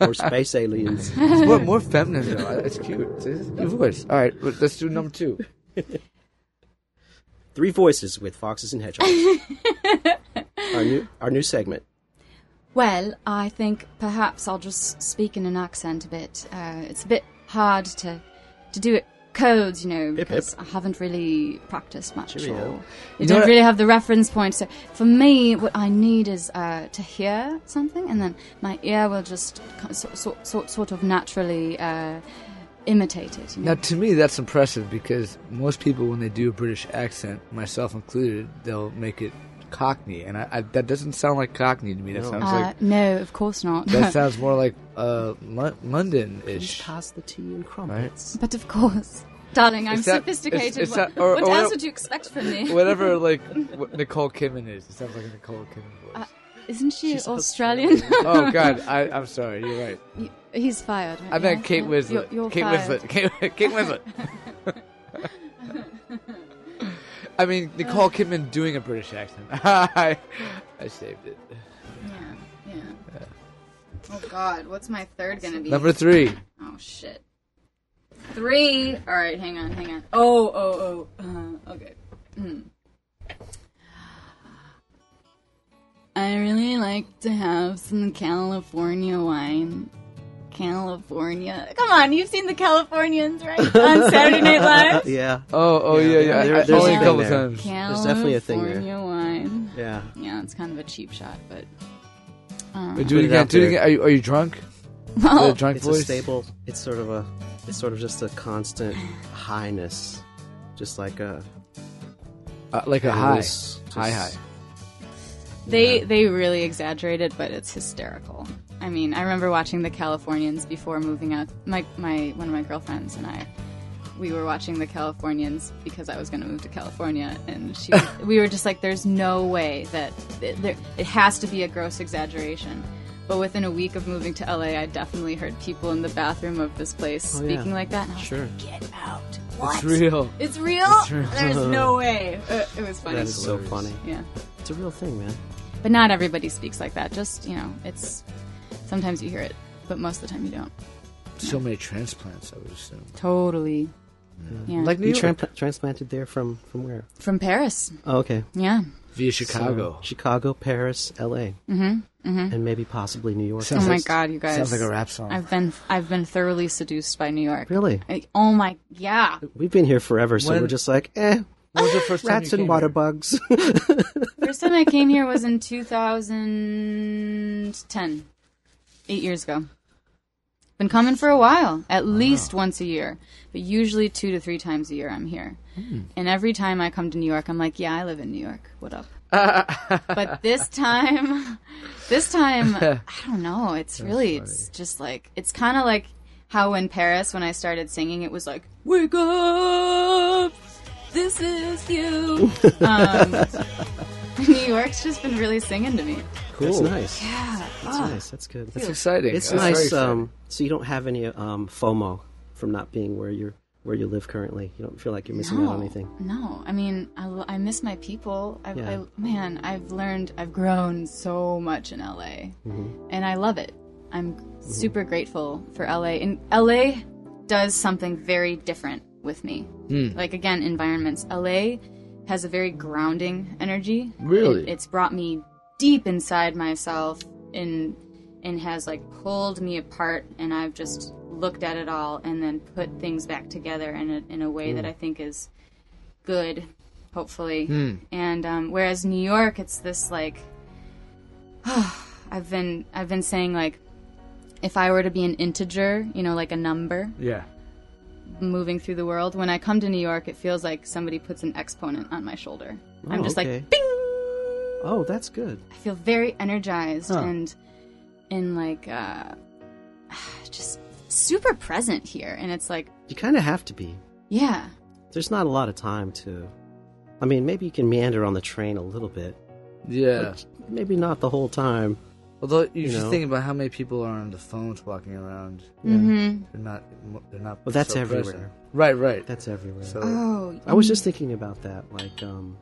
Speaker 4: or space aliens.
Speaker 2: It's more, more feminine though. It's cute. It's a cute voice. All right, but let's do number two.
Speaker 4: Three voices with foxes and hedgehogs. our new our new segment.
Speaker 3: Well, I think perhaps I'll just speak in an accent a bit. Uh, it's a bit hard to to do it cold, you know,
Speaker 4: hip.
Speaker 3: because I haven't really practiced much.
Speaker 4: Cheerio.
Speaker 3: Or
Speaker 2: You
Speaker 3: you
Speaker 2: know
Speaker 3: don't
Speaker 2: what-
Speaker 3: really have the reference point. So for me, what I need is uh, to hear something, and then my ear will just sort sort sort, sort of naturally uh, imitate it. You know?
Speaker 2: Now, to me, that's impressive because most people, when they do a British accent, myself included, they'll make it Cockney, and I, I, that doesn't sound like Cockney to me. That
Speaker 4: No.
Speaker 2: sounds
Speaker 3: Uh,
Speaker 2: like
Speaker 3: no, of course not.
Speaker 2: that sounds more like uh, Lon- London-ish.
Speaker 4: Pass the tea and crumpets.
Speaker 3: but of course, darling, I'm
Speaker 2: It's that- it's-
Speaker 3: sophisticated.
Speaker 2: it's
Speaker 3: what
Speaker 2: that- or-
Speaker 3: what
Speaker 2: or-
Speaker 3: else would you expect from me?
Speaker 2: Whatever, like what Nicole Kidman is, it sounds like a Nicole Kidman voice.
Speaker 3: Isn't she
Speaker 4: She's
Speaker 3: Australian?
Speaker 2: oh God, I, I'm sorry. You're right.
Speaker 3: Y- He's fired. Right?
Speaker 2: I meant
Speaker 3: Yeah?
Speaker 2: Kate
Speaker 3: Yeah.
Speaker 2: Winslet.
Speaker 3: You're, you're
Speaker 2: Kate
Speaker 3: fired.
Speaker 2: Winslet. Kate, Kate Winslet. I
Speaker 4: Uh.
Speaker 2: mean Nicole Kidman doing a British accent. I, I saved it.
Speaker 3: Yeah. Yeah. Oh God, what's my third gonna be?
Speaker 2: Number three.
Speaker 3: Oh shit. Three. All right, hang on, hang on. Oh, oh, oh. Uh, okay. Hmm. I really like to have some California wine. California. Come on, you've seen the Californians, right? On Saturday Night Live.
Speaker 4: yeah,
Speaker 2: Oh, oh yeah,
Speaker 4: Yeah,
Speaker 2: yeah.
Speaker 4: there-
Speaker 2: I-
Speaker 4: there's
Speaker 2: only
Speaker 3: a
Speaker 2: a
Speaker 3: thing
Speaker 2: couple
Speaker 4: there.
Speaker 2: times.
Speaker 3: California
Speaker 4: definitely a thing there.
Speaker 3: wine.
Speaker 4: yeah.
Speaker 3: Yeah, it's kind of a cheap shot, but
Speaker 2: Wait, do it
Speaker 4: Put it
Speaker 2: again.
Speaker 4: out
Speaker 2: Do it
Speaker 4: there.
Speaker 2: again. Are you, are you drunk?
Speaker 3: well,
Speaker 2: Is it a drunk
Speaker 4: It's
Speaker 2: voice?
Speaker 4: a stable. It's sort of a. It's sort of just a constant highness, just like a
Speaker 2: Uh, like a high.
Speaker 4: loose, just-
Speaker 2: High, high.
Speaker 3: They they really exaggerate it, but it's hysterical. I mean, I remember watching The Californians before moving out. My my one of my girlfriends and I, we were watching The Californians because I was going to move to California, and she we were just like, "There's no way that it, there, it has to be a gross exaggeration." But within a week of moving to LA, I definitely heard people in the bathroom of this place
Speaker 4: Oh, yeah.
Speaker 3: speaking like that. And I was
Speaker 4: Sure.
Speaker 3: like, Get out! What?
Speaker 2: It's real.
Speaker 3: It's real? There's no way. Uh, it was funny.
Speaker 4: That is so funny.
Speaker 3: yeah.
Speaker 4: It's a real thing, man.
Speaker 3: But not everybody speaks like that. Just, you know, it's sometimes you hear it, but most of the time you don't.
Speaker 2: So many transplants, I would assume.
Speaker 3: Totally. Yeah.
Speaker 2: Like New
Speaker 4: You
Speaker 2: York.
Speaker 4: trampla- transplanted there from from where?
Speaker 3: from Paris.
Speaker 4: Oh, okay.
Speaker 3: Yeah.
Speaker 2: via Chicago.
Speaker 4: So, Chicago, Paris, L.A.,
Speaker 3: Mhm. Mhm.
Speaker 4: and maybe possibly New York.
Speaker 2: Mm-hmm, Sounds
Speaker 3: oh my
Speaker 2: like-
Speaker 3: god, you guys.
Speaker 2: Sounds like a rap song.
Speaker 3: I've been I've been thoroughly seduced by New York.
Speaker 4: Really?
Speaker 3: I- oh my yeah.
Speaker 4: We've been here forever, so
Speaker 2: When-
Speaker 4: we're just like, eh,
Speaker 2: When was the first time
Speaker 4: rats
Speaker 2: you
Speaker 4: and
Speaker 2: came
Speaker 4: water
Speaker 2: here?
Speaker 4: bugs.
Speaker 3: First time I came here was in 2010. 8 years ago. Been coming for a while, at least once a year, but usually 2 to 3 times a year I'm here. And every time I come to New York, I'm like, yeah, I live in New York. What up? but this time, this time, I don't know. It's really, it's just like, it's kind of like how in Paris, when I started singing, it was like, wake up, this is you. um, New York's just been really singing to me.
Speaker 4: That's nice.
Speaker 3: Yeah. Ah.
Speaker 4: That's nice. That's good. That's
Speaker 2: It's exciting.
Speaker 4: It's
Speaker 2: That's very
Speaker 4: nice.
Speaker 2: exciting.
Speaker 4: Um, so you don't have any um, FOMO from not being where you're where you live currently. You don't feel like you're missing out on anything.
Speaker 3: No, I mean, I, l- I miss my people. I've,
Speaker 4: Yeah.
Speaker 3: I, man, I've learned, I've grown so much in LA,
Speaker 4: Mm-hmm.
Speaker 3: and I love it. I'm super grateful for LA, and LA does something very different with me. Like again, environments. LA has a very grounding energy.
Speaker 2: Really?
Speaker 3: It- it's brought me deep inside myself, and and has like pulled me apart, and I've just looked at it all and then put things back together in a, in a way that I think is good, hopefully. And um, whereas New York, it's this like, I've been I've been saying like, if I were to be an integer, you know, like a number
Speaker 2: yeah.
Speaker 3: moving through the world, when I come to New York, it feels like somebody puts an exponent on my shoulder. I'm
Speaker 4: Oh,
Speaker 3: just
Speaker 4: okay.
Speaker 3: like, bing.
Speaker 4: Oh, that's good.
Speaker 3: I feel very energized and and like uh, just super present here, and it's like,
Speaker 4: You kind of have to be.
Speaker 3: yeah,
Speaker 4: There's not a lot of time to. I mean, maybe you can meander on the train a little bit.
Speaker 2: Yeah.
Speaker 4: Maybe not the whole time.
Speaker 2: Although you,
Speaker 4: you
Speaker 2: should
Speaker 4: know.
Speaker 2: think about how many people are on the phones walking around.
Speaker 3: mm-hmm.
Speaker 2: They're not. They're not.
Speaker 4: Well, that's
Speaker 2: so
Speaker 4: everywhere.
Speaker 2: present. Right. Right.
Speaker 4: That's everywhere.
Speaker 2: so
Speaker 3: oh,
Speaker 4: Uh, I was just thinking about that, like, um,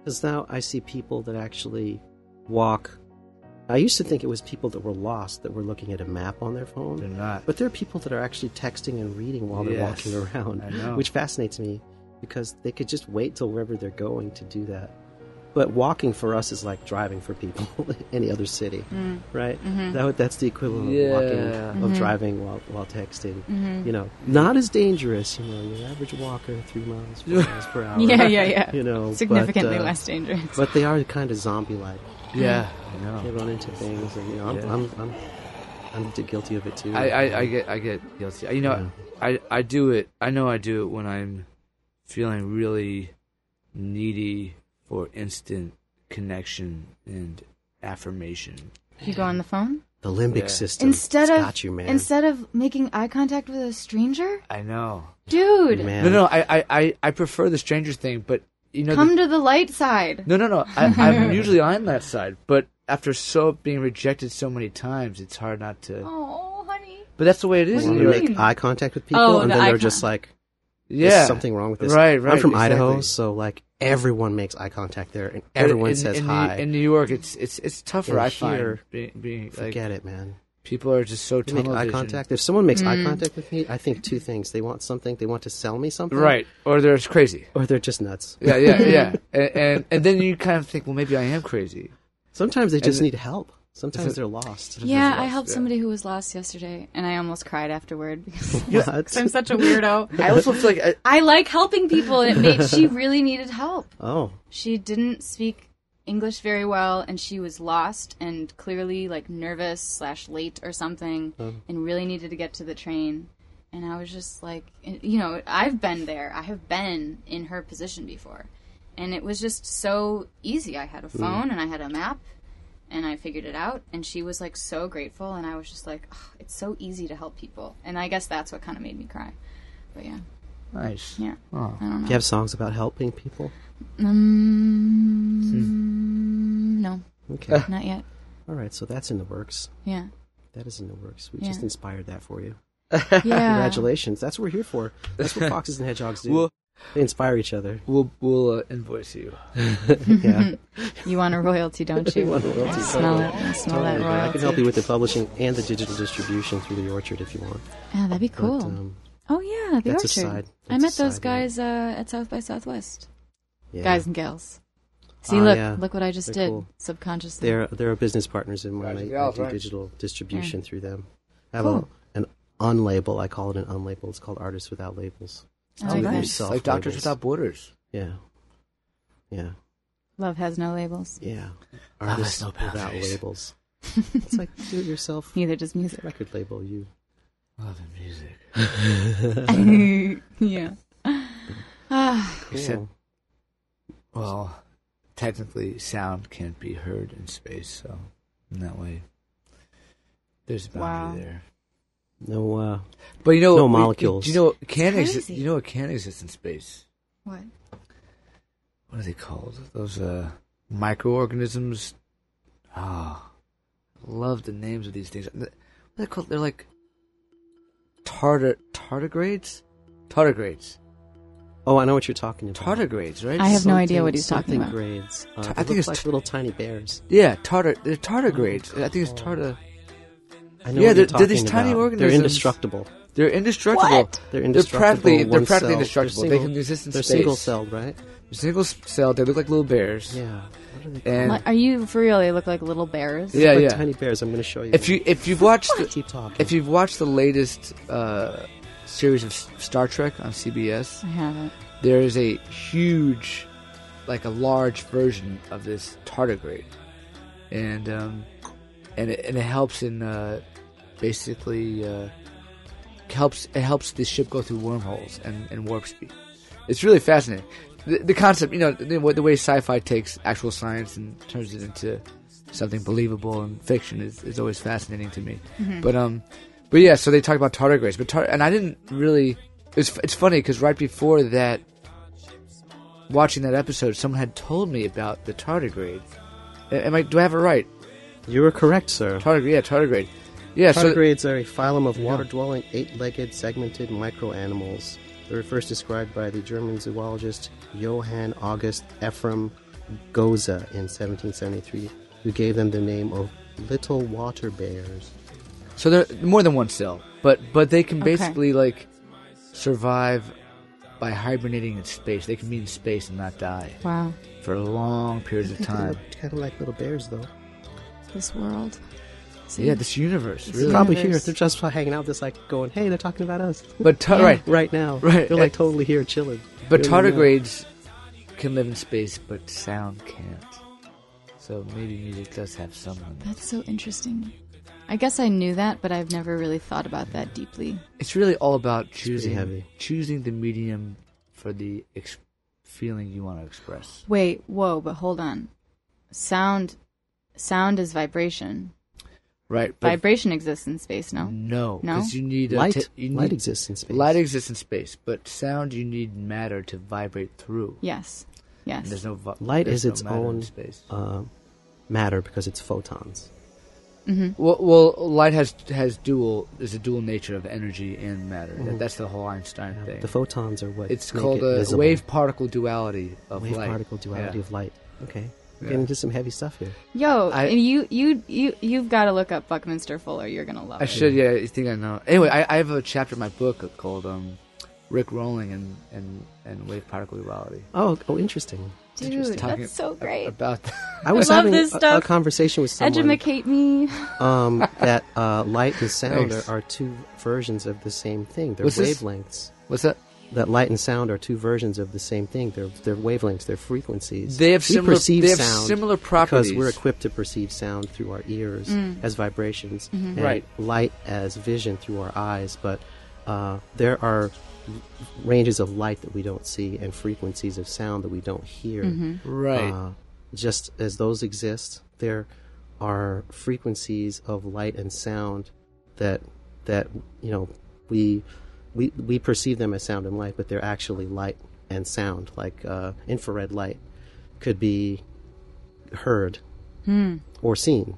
Speaker 4: because now I see people that actually walk. I used to think it was people that were lost that were looking at a map on their phone.
Speaker 2: they're not.
Speaker 4: But there are people that are actually texting and reading while they're
Speaker 2: Yes,
Speaker 4: walking around,
Speaker 2: I know.
Speaker 4: which fascinates me because they could just wait till wherever they're going to do that. But walking for us is like driving for people in any other city,
Speaker 3: Mm.
Speaker 4: right?
Speaker 3: Mm-hmm.
Speaker 4: That would that's the equivalent of walking
Speaker 2: Yeah.
Speaker 4: of driving while, while texting.
Speaker 3: Mm-hmm.
Speaker 4: You know, not as dangerous. You know, your average walker three miles four miles per hour.
Speaker 3: yeah, yeah, yeah.
Speaker 4: You know, but,
Speaker 3: significantly
Speaker 4: uh,
Speaker 3: less dangerous.
Speaker 4: But they are kind of zombie-like.
Speaker 2: yeah. I know.
Speaker 4: They run into things, and you know, I'm
Speaker 2: Yeah.
Speaker 4: I'm, I'm, I'm guilty of it too.
Speaker 2: I, I, I get I get guilty. You know, I I do it. I know I do it when I'm feeling really needy for instant connection and affirmation.
Speaker 3: You go on the phone
Speaker 4: The limbic
Speaker 2: Yeah.
Speaker 4: system.
Speaker 3: instead
Speaker 4: it's
Speaker 3: of
Speaker 4: got you, man.
Speaker 3: instead of making eye contact with a stranger,
Speaker 2: I know.
Speaker 3: dude.
Speaker 4: man.
Speaker 2: No, no. I I, I, I prefer the stranger thing, but you know, the
Speaker 3: Come to the light side.
Speaker 2: No, no, no. I, I'm usually on that side, but after so being rejected so many times, it's hard not to.
Speaker 3: Oh, honey.
Speaker 2: But that's the way it is.
Speaker 3: What
Speaker 2: in New
Speaker 3: do
Speaker 4: Want to
Speaker 3: you
Speaker 2: York.
Speaker 3: mean?
Speaker 4: make eye contact with people,
Speaker 3: Oh,
Speaker 4: and
Speaker 3: the
Speaker 4: then
Speaker 3: eye
Speaker 4: they're just
Speaker 3: con-
Speaker 4: like,
Speaker 2: Yeah,
Speaker 4: "There's something wrong with this."
Speaker 2: Right, right.
Speaker 4: I'm from
Speaker 2: exactly.
Speaker 4: Idaho, so like, everyone makes eye contact there, and everyone
Speaker 2: in,
Speaker 4: says
Speaker 2: in
Speaker 4: hi.
Speaker 2: New, in New York, it's it's it's tougher.
Speaker 4: In
Speaker 2: I
Speaker 4: here,
Speaker 2: find being, being like
Speaker 4: Forget it, man.
Speaker 2: people are just so
Speaker 4: They make
Speaker 2: tunnel
Speaker 4: eye
Speaker 2: vision.
Speaker 4: contact. If someone makes
Speaker 3: Mm.
Speaker 4: eye contact with me, I think two things: they want something, they want to sell me something,
Speaker 2: right? Or they're just crazy.
Speaker 4: Or they're just nuts.
Speaker 2: Yeah, yeah, yeah. and, and and then you kind of think, well, maybe I am crazy.
Speaker 4: Sometimes they just
Speaker 2: And-
Speaker 4: need help. Sometimes they're lost.
Speaker 3: Yeah, I
Speaker 2: lost,
Speaker 3: helped
Speaker 2: yeah.
Speaker 3: somebody who was lost yesterday, and I almost cried afterward because
Speaker 4: What?
Speaker 3: I'm such a weirdo.
Speaker 2: I also feel like I,
Speaker 3: I like helping people, and it made she really needed help.
Speaker 4: Oh,
Speaker 3: She didn't speak English very well, and she was lost and clearly like nervous slash late or something, and really needed to get to the train. And I was just like, you know, I've been there. I have been in her position before, and it was just so easy. I had a phone and I had a map, and I figured it out. And she was like so grateful, and I was just like, oh, it's so easy to help people. And I guess that's what kind of made me cry. But yeah,
Speaker 2: nice.
Speaker 3: yeah.
Speaker 4: do you have songs about helping people?
Speaker 3: Um, no,
Speaker 4: Okay,
Speaker 3: not yet.
Speaker 4: all right. So that's in the works.
Speaker 3: Yeah.
Speaker 4: That is in the works. We
Speaker 3: Yeah.
Speaker 4: just inspired that for you.
Speaker 3: Yeah.
Speaker 4: Congratulations. That's what we're here for. That's what foxes and hedgehogs do.
Speaker 2: Well-
Speaker 4: they inspire each other.
Speaker 2: We'll we'll uh, invoice you.
Speaker 4: Yeah.
Speaker 3: You want a royalty, don't you?
Speaker 4: royalty,
Speaker 3: smell it. I smell that
Speaker 4: Totally. I
Speaker 3: royalty.
Speaker 4: can help you with the publishing and the digital distribution through the orchard if you want.
Speaker 3: Yeah, that'd be cool.
Speaker 4: But, um,
Speaker 3: oh yeah, the
Speaker 4: that's a
Speaker 3: orchard.
Speaker 4: side-
Speaker 3: I
Speaker 4: that's
Speaker 3: met
Speaker 4: a
Speaker 3: those
Speaker 4: side
Speaker 3: guys uh, at South by Southwest.
Speaker 4: yeah.
Speaker 3: Guys and gals. See,
Speaker 4: Ah,
Speaker 3: look,
Speaker 4: yeah.
Speaker 3: look what I just
Speaker 4: They're
Speaker 3: did
Speaker 4: cool.
Speaker 3: subconsciously.
Speaker 4: they're they're our business partners in when
Speaker 2: Guys
Speaker 4: I,
Speaker 2: and
Speaker 4: I
Speaker 2: gals,
Speaker 4: do
Speaker 2: right.
Speaker 4: digital distribution through them. I have
Speaker 3: Cool.
Speaker 4: a, an unlabel. I call it an unlabel. It's called Artists Without Labels.
Speaker 3: I
Speaker 4: Do
Speaker 3: like
Speaker 4: it
Speaker 3: that.
Speaker 4: yourself
Speaker 2: like Doctors
Speaker 4: labels.
Speaker 2: Without Borders.
Speaker 4: Yeah. Yeah.
Speaker 3: Love has no labels.
Speaker 4: Yeah.
Speaker 2: Love
Speaker 4: Artists
Speaker 2: has no
Speaker 4: Without
Speaker 2: boundaries.
Speaker 4: Labels. it's like do it yourself.
Speaker 3: Neither does music.
Speaker 4: Record label you. Oh,
Speaker 2: Love and music.
Speaker 3: yeah. Ah,
Speaker 2: Except-
Speaker 4: Cool.
Speaker 2: Well, technically, sound can't be heard in space, so in that way, there's a boundary
Speaker 3: Wow.
Speaker 2: there.
Speaker 4: No uh,
Speaker 2: But you know,
Speaker 4: No
Speaker 2: we-
Speaker 4: molecules.
Speaker 2: You know, it can
Speaker 3: It's
Speaker 2: exist.
Speaker 3: crazy.
Speaker 2: You know, it can exist in space.
Speaker 3: what?
Speaker 2: What are they called? Those uh, microorganisms. Ah, I love the names of these things. What are they called? They're like tartar tardigrades.
Speaker 4: Mm.
Speaker 2: Tardigrades.
Speaker 4: Oh, I know what you're talking about.
Speaker 2: Tardigrades, right?
Speaker 3: I have no idea
Speaker 4: Something-
Speaker 3: what he's talking
Speaker 4: something
Speaker 3: about.
Speaker 4: Grades.
Speaker 2: Ta-
Speaker 4: Uh, they
Speaker 2: I think
Speaker 4: look
Speaker 2: it's
Speaker 4: like
Speaker 2: t-
Speaker 4: little tiny bears.
Speaker 2: Yeah, tartar. They're tardigrades. I
Speaker 4: Oh.
Speaker 2: think it's tartar.
Speaker 4: I know
Speaker 2: Yeah, they're-
Speaker 4: what you're
Speaker 2: they're
Speaker 4: talking
Speaker 2: these tiny
Speaker 4: about.
Speaker 2: organisms.
Speaker 4: They're indestructible.
Speaker 2: They're indestructible.
Speaker 4: They're indestructible.
Speaker 2: practically they're
Speaker 4: one
Speaker 2: practically
Speaker 4: cell.
Speaker 2: indestructible.
Speaker 4: They're
Speaker 2: they
Speaker 4: single-
Speaker 2: can exist in
Speaker 4: They're
Speaker 2: space.
Speaker 4: single celled, right?
Speaker 2: Single s- cell. They look like little bears.
Speaker 4: Yeah. What are they
Speaker 2: And
Speaker 3: Like, Are you for real? They look like little bears.
Speaker 2: yeah,
Speaker 4: like
Speaker 2: yeah.
Speaker 4: tiny bears. I'm going to show you.
Speaker 2: if you if you've watched
Speaker 4: one.
Speaker 2: the,
Speaker 4: keep talking,
Speaker 2: if you've watched the latest uh, series of S- Star Trek on CBS,
Speaker 3: I haven't.
Speaker 2: there is a huge, like a large version of this tardigrade, and um, and it, and it helps in uh, basically uh, helps it helps the ship go through wormholes and, and warp speed. It's really fascinating. The, the concept, you know, the, way- the way sci-fi takes actual science and turns it into something believable and fiction is, is always fascinating to me. But um, but yeah, so they talk about tardigrades, but tar- and I didn't really. It's it's funny because right before that, watching that episode, someone had told me about the tardigrade. A- Am I? Do I have it right?
Speaker 4: you were correct, sir.
Speaker 2: Tardigrade. Yeah, tardigrade. Yeah. So
Speaker 4: Tardigrades are a phylum of water-dwelling, eight-legged, segmented microanimals. They were first described by the German zoologist Johann August Ephraim Goza in 1773, who gave them the name of little water bears.
Speaker 2: So they're more than one cell, but but they can
Speaker 3: Okay.
Speaker 2: basically like survive by hibernating in space. They can be in space and not die
Speaker 3: Wow.
Speaker 2: for long periods of time.
Speaker 4: Kind of like little bears, though.
Speaker 3: This world. See?
Speaker 2: Yeah, this universe
Speaker 3: It's
Speaker 2: really.
Speaker 4: Probably
Speaker 3: Universe.
Speaker 4: here. They're just hanging out, just like going, "Hey, they're talking about us."
Speaker 2: But tar-
Speaker 3: Yeah.
Speaker 2: right,
Speaker 4: right now.
Speaker 2: Right.
Speaker 4: They're like totally here chilling.
Speaker 2: but
Speaker 4: They don't even know.
Speaker 2: tardigrades can live in space, but sound can't. So maybe music does have someone.
Speaker 3: That's so interesting. I guess I knew that, but I've never really thought about that deeply.
Speaker 2: It's really all about choosing
Speaker 4: heavy.
Speaker 2: choosing the medium for the ex- feeling you want to express.
Speaker 3: Wait, whoa, but hold on. Sound sound is vibration.
Speaker 2: Right, but
Speaker 3: vibration exists in space, no?
Speaker 2: no,
Speaker 3: No?
Speaker 2: because you need a
Speaker 4: Light.
Speaker 2: te- you
Speaker 4: light
Speaker 2: need-
Speaker 4: exists in space.
Speaker 2: Light exists in space, but sound you need matter to vibrate through.
Speaker 3: Yes.
Speaker 2: And there's
Speaker 3: Yes.
Speaker 2: no vi-
Speaker 4: Light
Speaker 2: there's
Speaker 4: is
Speaker 2: no
Speaker 4: its
Speaker 2: matter in
Speaker 4: own
Speaker 2: space.
Speaker 4: uh, matter because it's photons.
Speaker 3: Hmm?
Speaker 2: Well, well, light has has dual is a dual nature of energy and matter. That, that's the whole Einstein thing.
Speaker 4: Mm-hmm. The photons are what
Speaker 2: it's
Speaker 4: make
Speaker 2: called
Speaker 4: it
Speaker 2: a
Speaker 4: visible.
Speaker 2: wave particle duality of
Speaker 4: Wave
Speaker 2: light.
Speaker 4: particle duality
Speaker 2: Yeah.
Speaker 4: of light. Okay, we're
Speaker 2: Yeah.
Speaker 4: getting into some heavy stuff here.
Speaker 3: Yo,
Speaker 2: I-
Speaker 3: and you you you you've got to look up Buckminster Fuller. You're gonna love
Speaker 2: I
Speaker 3: it.
Speaker 2: should, yeah. I think I know. Anyway, I, I have a chapter in my book called um, "Rick Rolling and and and Wave Particle Duality."
Speaker 4: Oh, oh, interesting.
Speaker 3: Dude,
Speaker 2: Talking
Speaker 3: that's so great.
Speaker 2: about that.
Speaker 4: I was
Speaker 3: love
Speaker 4: having
Speaker 3: this
Speaker 4: a, a
Speaker 3: stuff.
Speaker 4: conversation with someone
Speaker 3: Edumacate me.
Speaker 4: um, that uh, light and sound are,
Speaker 2: Thanks.
Speaker 4: are two versions of the same thing. They're
Speaker 2: Was this-
Speaker 4: wavelengths.
Speaker 2: What's that?
Speaker 4: That light and sound are two versions of the same thing. They're they're wavelengths. They're frequencies.
Speaker 2: They have
Speaker 4: we
Speaker 2: similar-
Speaker 4: perceive
Speaker 2: they have
Speaker 4: sound
Speaker 2: similar
Speaker 4: because we're
Speaker 2: properties.
Speaker 4: equipped to perceive sound through our ears as vibrations, and
Speaker 2: Right.
Speaker 4: Light as vision through our eyes, but uh, there are ranges of light that we don't see and frequencies of sound that we don't hear.
Speaker 2: Right.
Speaker 4: Uh, just as those exist, there are frequencies of light and sound that that you know we we we perceive them as sound and light, but they're actually light and sound. Like uh, infrared light could be heard or seen.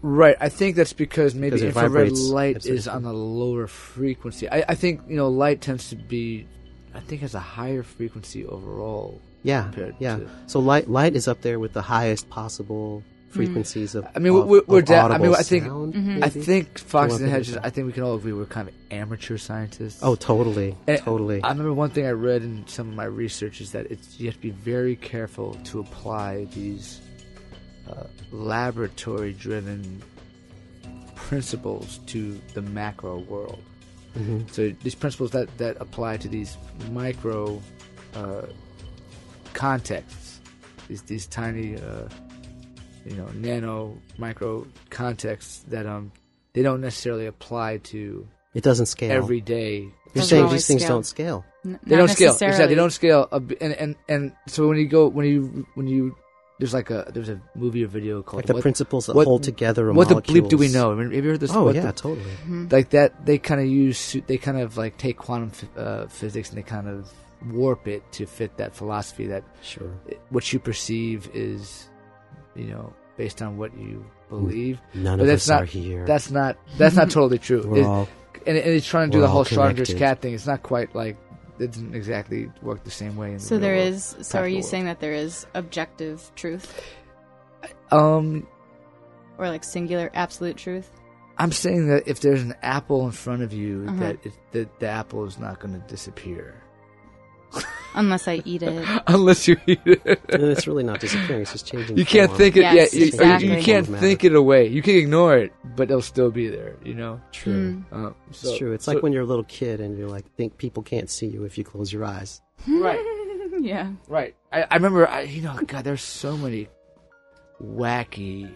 Speaker 2: Right, I think that's because maybe
Speaker 4: Because it
Speaker 2: infrared
Speaker 4: vibrates
Speaker 2: light
Speaker 4: absolutely.
Speaker 2: is on a lower frequency. I, I think you know light tends to be, I think, has a higher frequency overall.
Speaker 4: Yeah,
Speaker 2: Compared
Speaker 4: yeah.
Speaker 2: to-
Speaker 4: So light light is up there with the highest possible frequencies of.
Speaker 2: I mean,
Speaker 4: of-
Speaker 2: we're, we're
Speaker 4: of
Speaker 2: da- I
Speaker 4: audible
Speaker 2: mean, I think
Speaker 4: sound,
Speaker 2: I
Speaker 4: maybe?
Speaker 2: think Fox and
Speaker 4: want
Speaker 2: the
Speaker 4: to
Speaker 2: Hedges.
Speaker 4: do that?
Speaker 2: I think we can all agree we're kind of amateur scientists.
Speaker 4: Oh, totally,
Speaker 2: And
Speaker 4: totally.
Speaker 2: Eh, I remember one thing I read in some of my research is that it's, you have to be very careful to apply these uh, laboratory driven principles to the macro world. So these principles that, that apply to these micro uh, contexts, these, these tiny, uh, you know, nano, micro contexts that um, they don't necessarily apply to
Speaker 4: it doesn't scale.
Speaker 2: everyday
Speaker 4: You're
Speaker 3: Doesn't
Speaker 4: saying
Speaker 3: always
Speaker 4: these things
Speaker 3: scale.
Speaker 4: don't scale.
Speaker 3: N-
Speaker 2: they
Speaker 3: not
Speaker 2: don't scale
Speaker 3: necessarily.
Speaker 2: exactly they don't scale a b- and and and so when you go when you when you there's like a there's a movie or video called
Speaker 4: Like the
Speaker 2: what,
Speaker 4: principles that
Speaker 2: what-
Speaker 4: hold together a
Speaker 2: what the bleep do we
Speaker 4: molecules.
Speaker 2: know have you heard this
Speaker 4: Oh
Speaker 2: what
Speaker 4: yeah,
Speaker 2: the-
Speaker 4: totally.
Speaker 3: Mm-hmm.
Speaker 2: like that they kind of use su- they kind of like take quantum ph- uh, physics and they kind of warp it to fit that philosophy that
Speaker 4: Sure.
Speaker 2: it- what you perceive is you know based on what you believe
Speaker 4: None
Speaker 2: but
Speaker 4: of
Speaker 2: that's
Speaker 4: us
Speaker 2: not
Speaker 4: are here.
Speaker 2: that's not that's not totally true
Speaker 4: Hmm. We're
Speaker 2: It-
Speaker 4: all-
Speaker 2: and, and it's trying to do
Speaker 4: we're
Speaker 2: the whole
Speaker 4: all
Speaker 2: Schrodinger's
Speaker 4: connected.
Speaker 2: cat thing it's not quite like it doesn't exactly work the same way in the
Speaker 3: So
Speaker 2: real
Speaker 3: there
Speaker 2: world,
Speaker 3: is. So are
Speaker 2: practical
Speaker 3: you
Speaker 2: world.
Speaker 3: saying that there is objective truth
Speaker 2: Um,
Speaker 3: or like singular absolute truth?
Speaker 2: I'm saying that if there's an apple in front of you,
Speaker 3: Uh-huh.
Speaker 2: that it, that the apple is not going to disappear
Speaker 3: Unless I eat it.
Speaker 2: unless you eat it.
Speaker 4: And it's really not disappearing. It's just changing.
Speaker 2: You can't
Speaker 4: form.
Speaker 2: think it.
Speaker 3: Yes,
Speaker 2: yeah, you-
Speaker 3: exactly.
Speaker 2: you, you can't
Speaker 4: Form of
Speaker 2: think it away. You can ignore it, but it'll still be there. You know.
Speaker 3: Mm.
Speaker 4: True.
Speaker 2: Um,
Speaker 4: It's
Speaker 2: so-
Speaker 4: true. It's
Speaker 2: so-
Speaker 4: like when you're a little kid and you're like, think people can't see you if you close your eyes.
Speaker 2: right,
Speaker 3: Mm. yeah.
Speaker 2: right. I, I remember. I, you know, God, there's so many wacky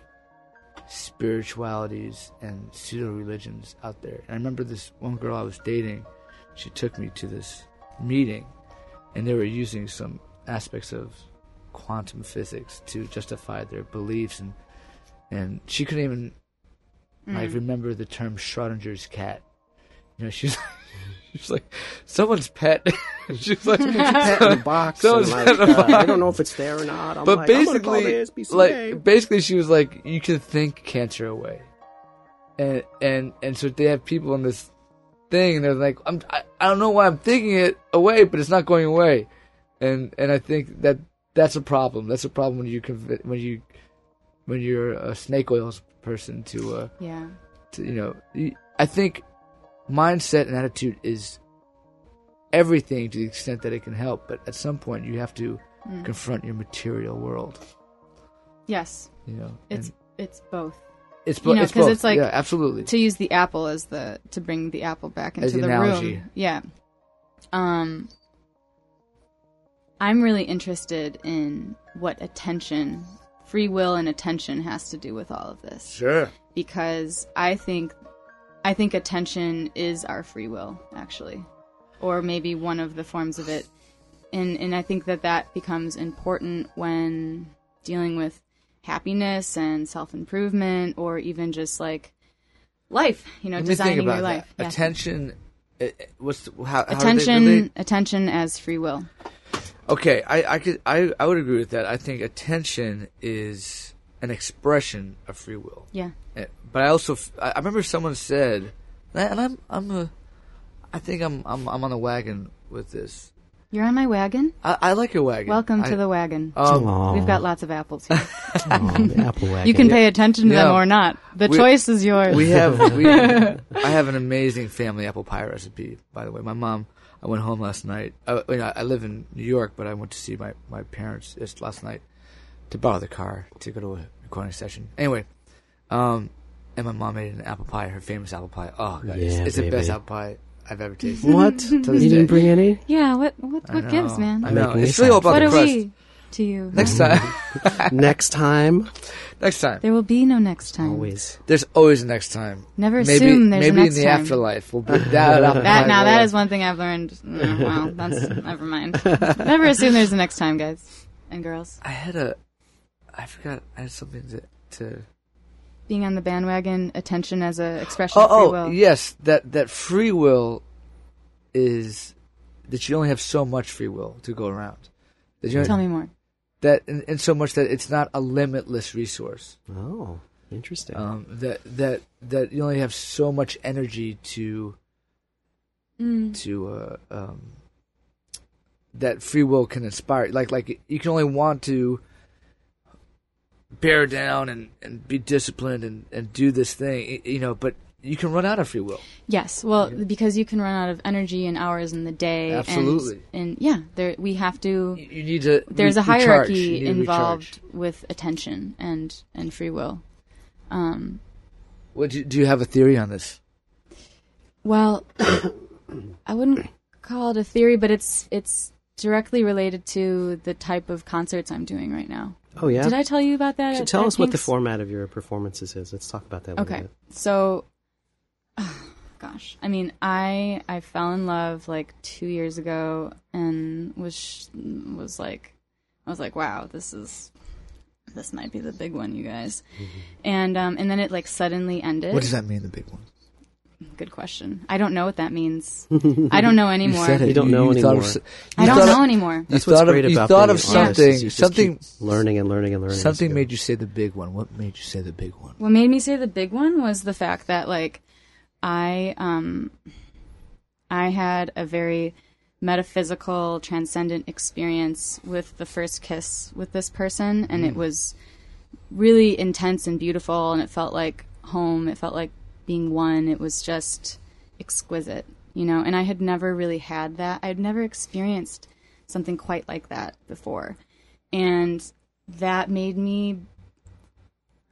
Speaker 2: spiritualities and pseudo religions out there. And I remember this one girl I was dating. She took me to this meeting, and they were using some aspects of quantum physics to justify their beliefs, and and she couldn't even like remember the term Schrodinger's cat. You know, she's she's like someone's pet. she's like
Speaker 4: box.
Speaker 2: Someone's
Speaker 4: and,
Speaker 2: in a
Speaker 4: uh, I
Speaker 2: box.
Speaker 4: don't know if it's there or not. I'm
Speaker 2: but
Speaker 4: like, I'm gonna call
Speaker 2: basically,
Speaker 4: the SPCA.
Speaker 2: like basically, she was like, you can think cancer away, and and and so they have people on this thing, and they're like, I'm I, I don't know why I'm thinking it away, but it's not going away, and and I think that that's a problem. That's a problem when you conv- when you when you're a snake oils person to uh
Speaker 3: Yeah.
Speaker 2: to, you know y- i think mindset and attitude is everything to the extent that it can help but at some point you have to
Speaker 3: Mm.
Speaker 2: confront your material world
Speaker 3: Yes.
Speaker 2: you know
Speaker 3: It's
Speaker 2: and
Speaker 3: it's both.
Speaker 2: it's, bo-
Speaker 3: you know,
Speaker 2: it's
Speaker 3: 'cause
Speaker 2: both
Speaker 3: it's like-
Speaker 2: yeah absolutely
Speaker 3: to use the apple as the to bring the apple back into
Speaker 2: As the
Speaker 3: the,
Speaker 2: analogy.
Speaker 3: room. Yeah. Um I'm really interested in what attention, free will and attention has to do with all of this
Speaker 2: sure
Speaker 3: because I think I think attention is our free will actually or maybe one of the forms of it and and I think that that becomes important when dealing with happiness and self-improvement or even just like life you know
Speaker 2: let me
Speaker 3: designing
Speaker 2: think about
Speaker 3: your life
Speaker 2: that
Speaker 3: Yeah.
Speaker 2: attention uh, uh, what's the, how, how do they relate?
Speaker 3: attention attention as free will
Speaker 2: Okay, I, I could I, I would agree with that. I think attention is an expression of free will.
Speaker 3: Yeah.
Speaker 2: Eh, But I also f- I I remember someone said, and I- and I'm I'm a, I think I'm I'm I'm on the wagon with this.
Speaker 3: You're on my wagon?
Speaker 2: I, I like your wagon.
Speaker 3: Welcome
Speaker 2: I-
Speaker 3: to the wagon.
Speaker 2: Um,
Speaker 4: Aw,
Speaker 3: We've got lots of apples here.
Speaker 4: aw, the apple wagon.
Speaker 3: You can pay attention to them
Speaker 2: Yeah.
Speaker 3: or not. The
Speaker 2: We-
Speaker 3: choice is yours.
Speaker 2: we have we, I have an amazing family apple pie recipe. By the way, my mom. I went home last night. I, I mean, I I live in New York, but I went to see my my parents just last night to borrow the car to go to a recording session. Anyway, um, and my mom made an apple pie, her famous apple pie. Oh god, it's,
Speaker 4: Yeah,
Speaker 2: it's the best
Speaker 4: baby.
Speaker 2: apple pie I've ever tasted.
Speaker 4: What? you
Speaker 2: this day.
Speaker 4: didn't bring any?
Speaker 3: yeah, what what,
Speaker 2: I
Speaker 3: what gives,
Speaker 2: know.
Speaker 3: man?
Speaker 2: I know.
Speaker 4: Making Mm-hmm.
Speaker 2: It's
Speaker 4: me
Speaker 2: really all
Speaker 4: sad.
Speaker 2: about the
Speaker 3: what are
Speaker 2: crust.
Speaker 3: we to you?
Speaker 2: Next time,
Speaker 4: Next time.
Speaker 2: next time.
Speaker 3: There will be no next time.
Speaker 4: Always.
Speaker 2: There's always a next time.
Speaker 3: Never
Speaker 2: Oh, maybe,
Speaker 3: assume there's a
Speaker 2: maybe
Speaker 3: next
Speaker 2: in the
Speaker 3: time.
Speaker 2: afterlife. We'll put that up.
Speaker 3: That
Speaker 2: high
Speaker 3: now
Speaker 2: wall.
Speaker 3: that is one thing I've learned. Oh, wow, that's never mind. Never assume there's a next time, guys and girls.
Speaker 2: I had a. I forgot. I had something to. to
Speaker 3: Being on the bandwagon, attention as a expression
Speaker 2: oh,
Speaker 3: of free
Speaker 2: oh,
Speaker 3: will.
Speaker 2: yes. That that free will is that you only have so much free will to go around. That you
Speaker 3: Tell me more.
Speaker 2: that and, and so much that it's not a limitless resource.
Speaker 4: Oh, interesting.
Speaker 3: Uh,
Speaker 2: Um, that that that you only have so much energy to to uh, um, that free will can inspire. Like like you can only want to bear down and, and be disciplined and, and do this thing, y- you know. But you can run out of free will.
Speaker 3: Yes, well, because you can run out of energy and hours in the day. and-
Speaker 2: Absolutely.
Speaker 3: And, yeah, there we have to.
Speaker 2: You, you need to.
Speaker 3: there's
Speaker 2: re- recharge. You
Speaker 3: a hierarchy
Speaker 2: need to
Speaker 3: involved
Speaker 2: recharge.
Speaker 3: with attention and and free will. Um,
Speaker 2: What do you, do you have a theory on this?
Speaker 3: well, I wouldn't call it a theory, but it's it's directly related to the type of concerts I'm doing right now.
Speaker 4: oh, yeah.
Speaker 3: Did Uh, I tell you about that?
Speaker 4: So
Speaker 3: at-
Speaker 4: tell
Speaker 3: at
Speaker 4: us what the
Speaker 3: Pink's?
Speaker 4: format of your performances is. Let's talk about that. a little
Speaker 3: Okay,
Speaker 4: bit.
Speaker 3: so, gosh, I mean, I I fell in love like two years ago and was sh- was like, I was like, wow, this is this might be the big one, you guys,
Speaker 4: Mm-hmm.
Speaker 3: and um and then it like suddenly ended.
Speaker 2: What does that mean? The big one.
Speaker 3: Good question. I don't know what that means. I don't know anymore.
Speaker 2: You said it.
Speaker 4: You don't know
Speaker 2: thought of
Speaker 4: anymore.
Speaker 2: s- you
Speaker 3: I don't
Speaker 2: thought
Speaker 3: know
Speaker 2: of-
Speaker 3: anymore.
Speaker 2: You
Speaker 4: That's what's
Speaker 2: thought of-
Speaker 4: great
Speaker 2: you
Speaker 4: about
Speaker 2: thought
Speaker 4: being
Speaker 2: of
Speaker 4: an artist, is
Speaker 2: something.
Speaker 4: you just
Speaker 2: Something.
Speaker 4: keep learning and learning and learning. as
Speaker 2: Something
Speaker 4: go.
Speaker 2: made you say the big one. What made you say the big one?
Speaker 3: What made me say the big one was the fact that like I um I had a very metaphysical transcendent experience with the first kiss with this person and
Speaker 2: Mm.
Speaker 3: it was really intense and beautiful and it felt like home it felt like being one it was just exquisite you know and I had never really had that I'd never experienced something quite like that before and that made me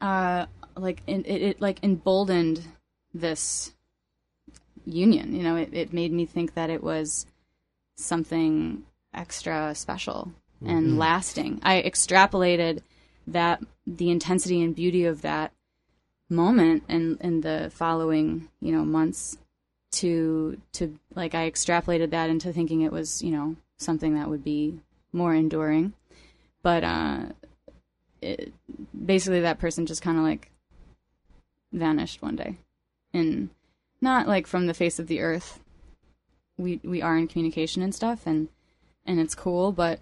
Speaker 3: uh, like it, it, it like emboldened this union. You know, it, it made me think that it was something extra special and lasting. I extrapolated that the intensity and beauty of that moment and and the following you know months to to like I extrapolated that into thinking it was you know something that would be more enduring, but uh, it, basically that person just kind of like vanished one day and not like from the face of the earth we we are in communication and stuff and and it's cool but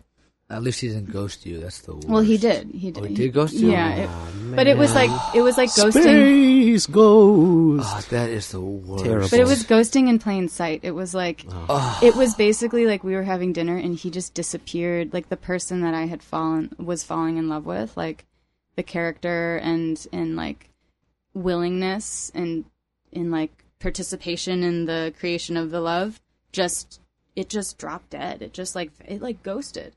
Speaker 2: At least he didn't ghost you. That's the worst.
Speaker 3: well he did he did
Speaker 2: Oh, he did ghost you? Ah,
Speaker 3: yeah it- but it was like it was like ghosting
Speaker 4: Space goes.
Speaker 2: Oh, that is the worst. Ah,
Speaker 4: Terrible.
Speaker 3: but it was ghosting in plain sight it was like it was basically like we were having dinner and he just disappeared like the person that i had fallen was falling in love with like the character and and like willingness and in like participation in the creation of the love just it just dropped dead it just like it like ghosted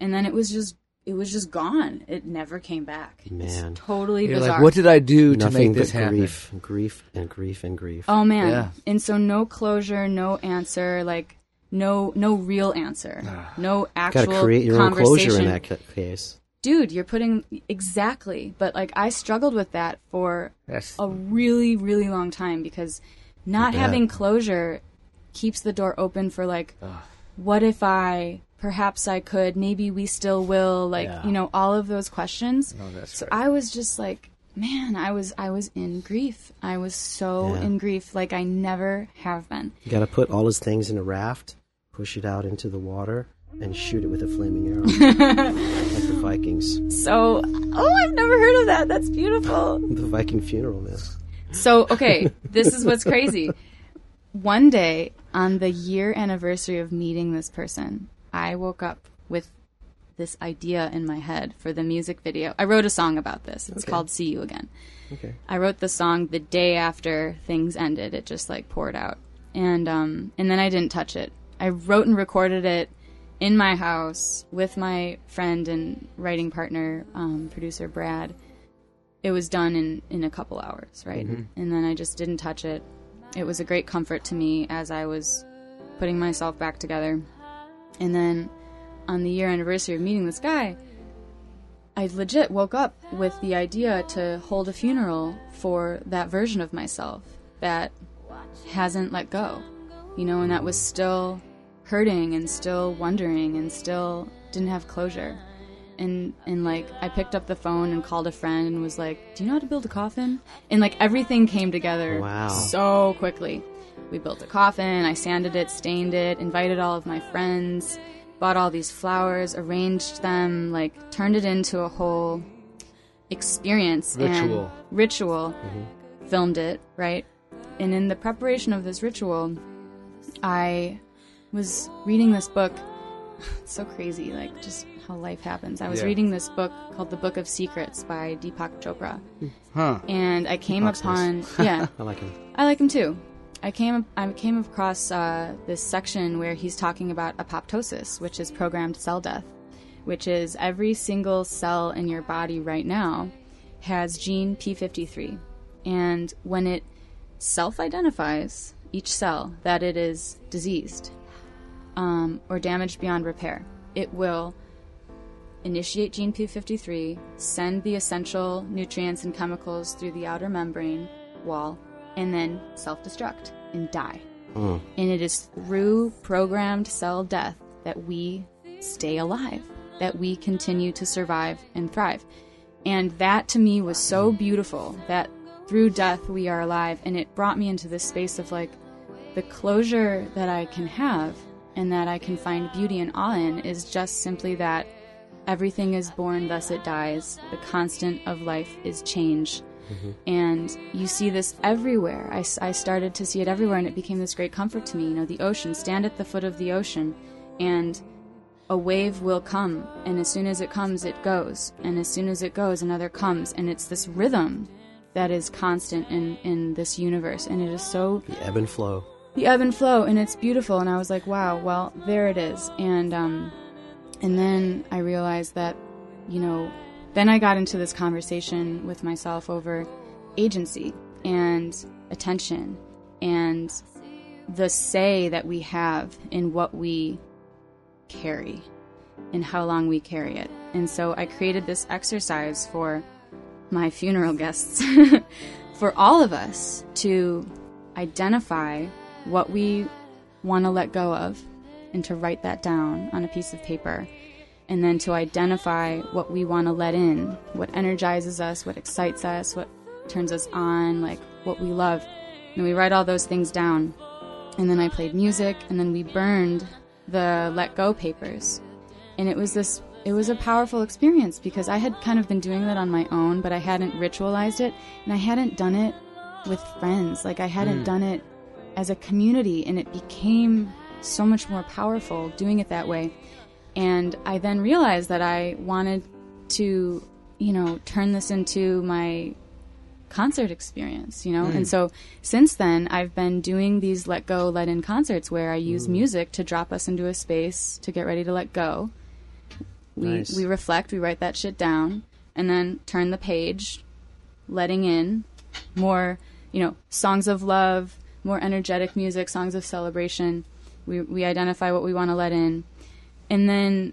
Speaker 3: and then it was just it was just gone it never came back
Speaker 4: Man.
Speaker 3: it's totally
Speaker 2: You're
Speaker 3: bizarre
Speaker 2: like, what did I do to
Speaker 4: Nothing
Speaker 2: make this
Speaker 4: but
Speaker 2: happen?
Speaker 4: grief, grief, and grief, and grief.
Speaker 3: Oh man.
Speaker 2: Yeah.
Speaker 3: And so no closure, no answer, like no no real answer. No actual
Speaker 4: Got to Ah. create your own
Speaker 3: conversation.
Speaker 4: closure in that ca- case.
Speaker 3: Dude, you're putting exactly, but like I struggled with that for
Speaker 2: Yes.
Speaker 3: a really really long time because not
Speaker 4: bet.
Speaker 3: having closure keeps the door open for like what if I perhaps I could, maybe we still will, like
Speaker 2: Yeah.
Speaker 3: you know, all of those questions.
Speaker 2: No, that's
Speaker 3: So
Speaker 2: right.
Speaker 3: I was just like, man, I was I was in grief. I was so
Speaker 4: Yeah.
Speaker 3: in grief, like I never have been.
Speaker 4: You got to put all his things in a raft, push it out into the water, and shoot it with a flaming arrow. Like the Vikings.
Speaker 3: So, oh, I've never heard of that. That's beautiful.
Speaker 4: The Viking funeral, man.
Speaker 3: So, okay, this is what's crazy. One day, on the year anniversary of meeting this person, I woke up with this idea in my head for the music video. I wrote a song about this. It's
Speaker 4: Okay.
Speaker 3: called See You Again.
Speaker 4: Okay.
Speaker 3: I wrote the song the day after things ended. It just like poured out. And um and then I didn't touch it. I wrote and recorded it in my house with my friend and writing partner, um, producer Brad. It was done in in a couple hours, right? And then I just didn't touch it. It was a great comfort to me as I was putting myself back together. And then on the year anniversary of meeting this guy, I legit woke up with the idea to hold a funeral for that version of myself that hasn't let go, you know, and that was still hurting and still wondering and still didn't have closure. And, and like I picked up the phone and called a friend and was like, "Do you know how to build a coffin?" And like everything came together
Speaker 4: Wow.
Speaker 3: so quickly. We built a coffin. I sanded it, stained it, invited all of my friends, bought all these flowers, arranged them, like turned it into a whole experience
Speaker 4: Ritual. Mm-hmm.
Speaker 3: and ritual. Filmed it, right? And in the preparation of this ritual, I was reading this book. It's so crazy, like just how life happens. I was
Speaker 2: Yeah.
Speaker 3: reading this book called The Book of Secrets by Deepak Chopra.
Speaker 2: Huh.
Speaker 3: And I came
Speaker 4: Deepak's
Speaker 3: upon,
Speaker 4: nice.
Speaker 3: yeah.
Speaker 4: I like him.
Speaker 3: I like him too. I came I came across uh, this section where he's talking about apoptosis, which is programmed cell death, which is every single cell in your body right now has gene p53, and when it self-identifies each cell that it is diseased um, or damaged beyond repair, it will initiate gene p53, send the essential nutrients and chemicals through the outer membrane wall, and then self destruct and die. And it is through programmed cell death that we stay alive, that we continue to survive and thrive. And that to me was so beautiful that through death we are alive. And it brought me into this space of like the closure that I can have and that I can find beauty and awe in is just simply that everything is born, thus it dies. The constant of life is change. And you see this everywhere. I, s- I started to see it everywhere, and it became this great comfort to me. You know, the ocean, stand at the foot of the ocean, and a wave will come. And as soon as it comes, it goes. And as soon as it goes, another comes. And it's this rhythm that is constant in, in this universe. And it is so
Speaker 4: The ebb and flow.
Speaker 3: the ebb and flow and it's beautiful and i was like wow well there it is and um and then i realized that you know then i got into this conversation with myself over agency and attention and the say that we have in what we carry and how long we carry it and so i created this exercise for my funeral guests for all of us to identify what we want to let go of and to write that down on a piece of paper and then to identify what we want to let in what energizes us what excites us what turns us on like what we love and we write all those things down and then i played music and then we burned the let go papers and it was this it was a powerful experience because i had kind of been doing that on my own but i hadn't ritualized it and i hadn't done it with friends like i hadn't done it as a community and it became so much more powerful doing it that way and i then realized that i wanted to you know turn this into my concert experience, you know? And so since then, I've been doing these let go, let in concerts where I use music to drop us into a space to get ready to let go. We,
Speaker 4: Nice.
Speaker 3: we reflect, we write that shit down, and then turn the page, letting in more, you know, songs of love, more energetic music, songs of celebration. We, we identify what we want to let in. And then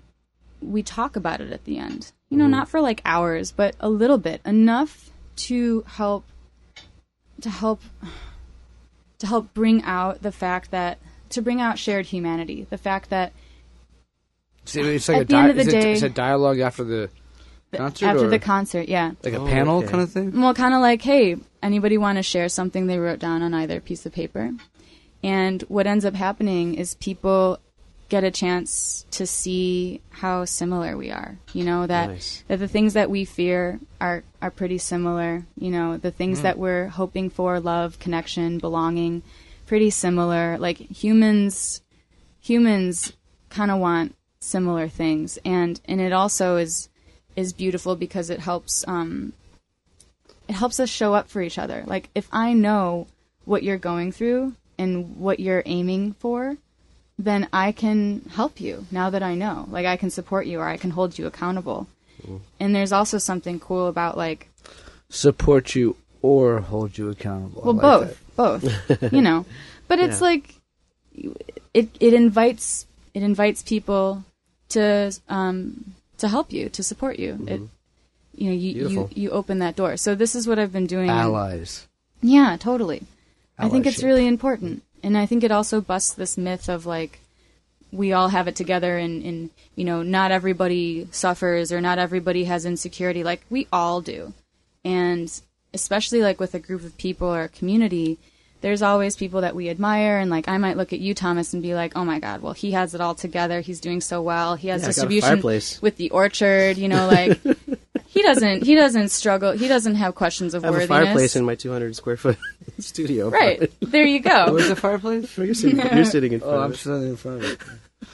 Speaker 3: we talk about it at the end. You
Speaker 2: Mm-hmm.
Speaker 3: know, not for like hours, but a little bit, enough to help to help to help bring out the fact that to bring out shared humanity, the fact that
Speaker 2: So it's like
Speaker 3: At
Speaker 2: a
Speaker 3: the end
Speaker 2: di-
Speaker 3: of the
Speaker 2: is
Speaker 3: day-
Speaker 2: it, is it dialogue after the
Speaker 3: the-
Speaker 2: concert
Speaker 3: after
Speaker 2: or
Speaker 3: the concert, yeah.
Speaker 2: like a
Speaker 4: Oh,
Speaker 2: panel
Speaker 4: okay.
Speaker 2: kind of thing.
Speaker 3: Well, kind of like, hey, anybody want to share something they wrote down on either piece of paper? And what ends up happening is people get a chance to see how similar we are. You know that
Speaker 4: Nice.
Speaker 3: that the things that we fear are are pretty similar. You know the things that we're hoping for love, connection, belonging, pretty similar. Like humans, humans kind of want similar things, and and it also is is beautiful because it helps um, it helps us show up for each other. Like if I know what you're going through and what you're aiming for, then I can help you now that I know. Like I can support you or I can hold you accountable.
Speaker 2: Mm-hmm.
Speaker 3: And there's also something cool about like
Speaker 2: Support you or hold you accountable. I
Speaker 3: well
Speaker 2: like that.
Speaker 3: both both you know but it's like it it invites it invites people to um to help you to support you it
Speaker 2: Mm-hmm.
Speaker 3: you know you, you
Speaker 4: Beautiful.
Speaker 3: you open that door so this is what I've been doing
Speaker 2: Allies.
Speaker 3: yeah, totally. I think it's
Speaker 2: Allyship.
Speaker 3: really important. And I think it also busts this myth of like we all have it together and, and you know, not everybody suffers or not everybody has insecurity. Like we all do. And especially like with a group of people or a community, there's always people that we admire and like I might look at you, Thomas, and be like, Oh my god, well he has it all together, he's doing so well, he has
Speaker 4: Yeah, I got a
Speaker 3: distribution
Speaker 4: fireplace.
Speaker 3: with the orchard, you know, like he doesn't he doesn't struggle he doesn't have questions of
Speaker 4: I have a
Speaker 3: worthiness.
Speaker 4: fireplace in my 200 square foot studio.
Speaker 3: Right. There you go.
Speaker 2: Where's the fireplace?
Speaker 4: You're sitting, you're sitting in front
Speaker 2: Oh,
Speaker 4: of
Speaker 2: I'm
Speaker 4: it.
Speaker 2: sitting in front of it.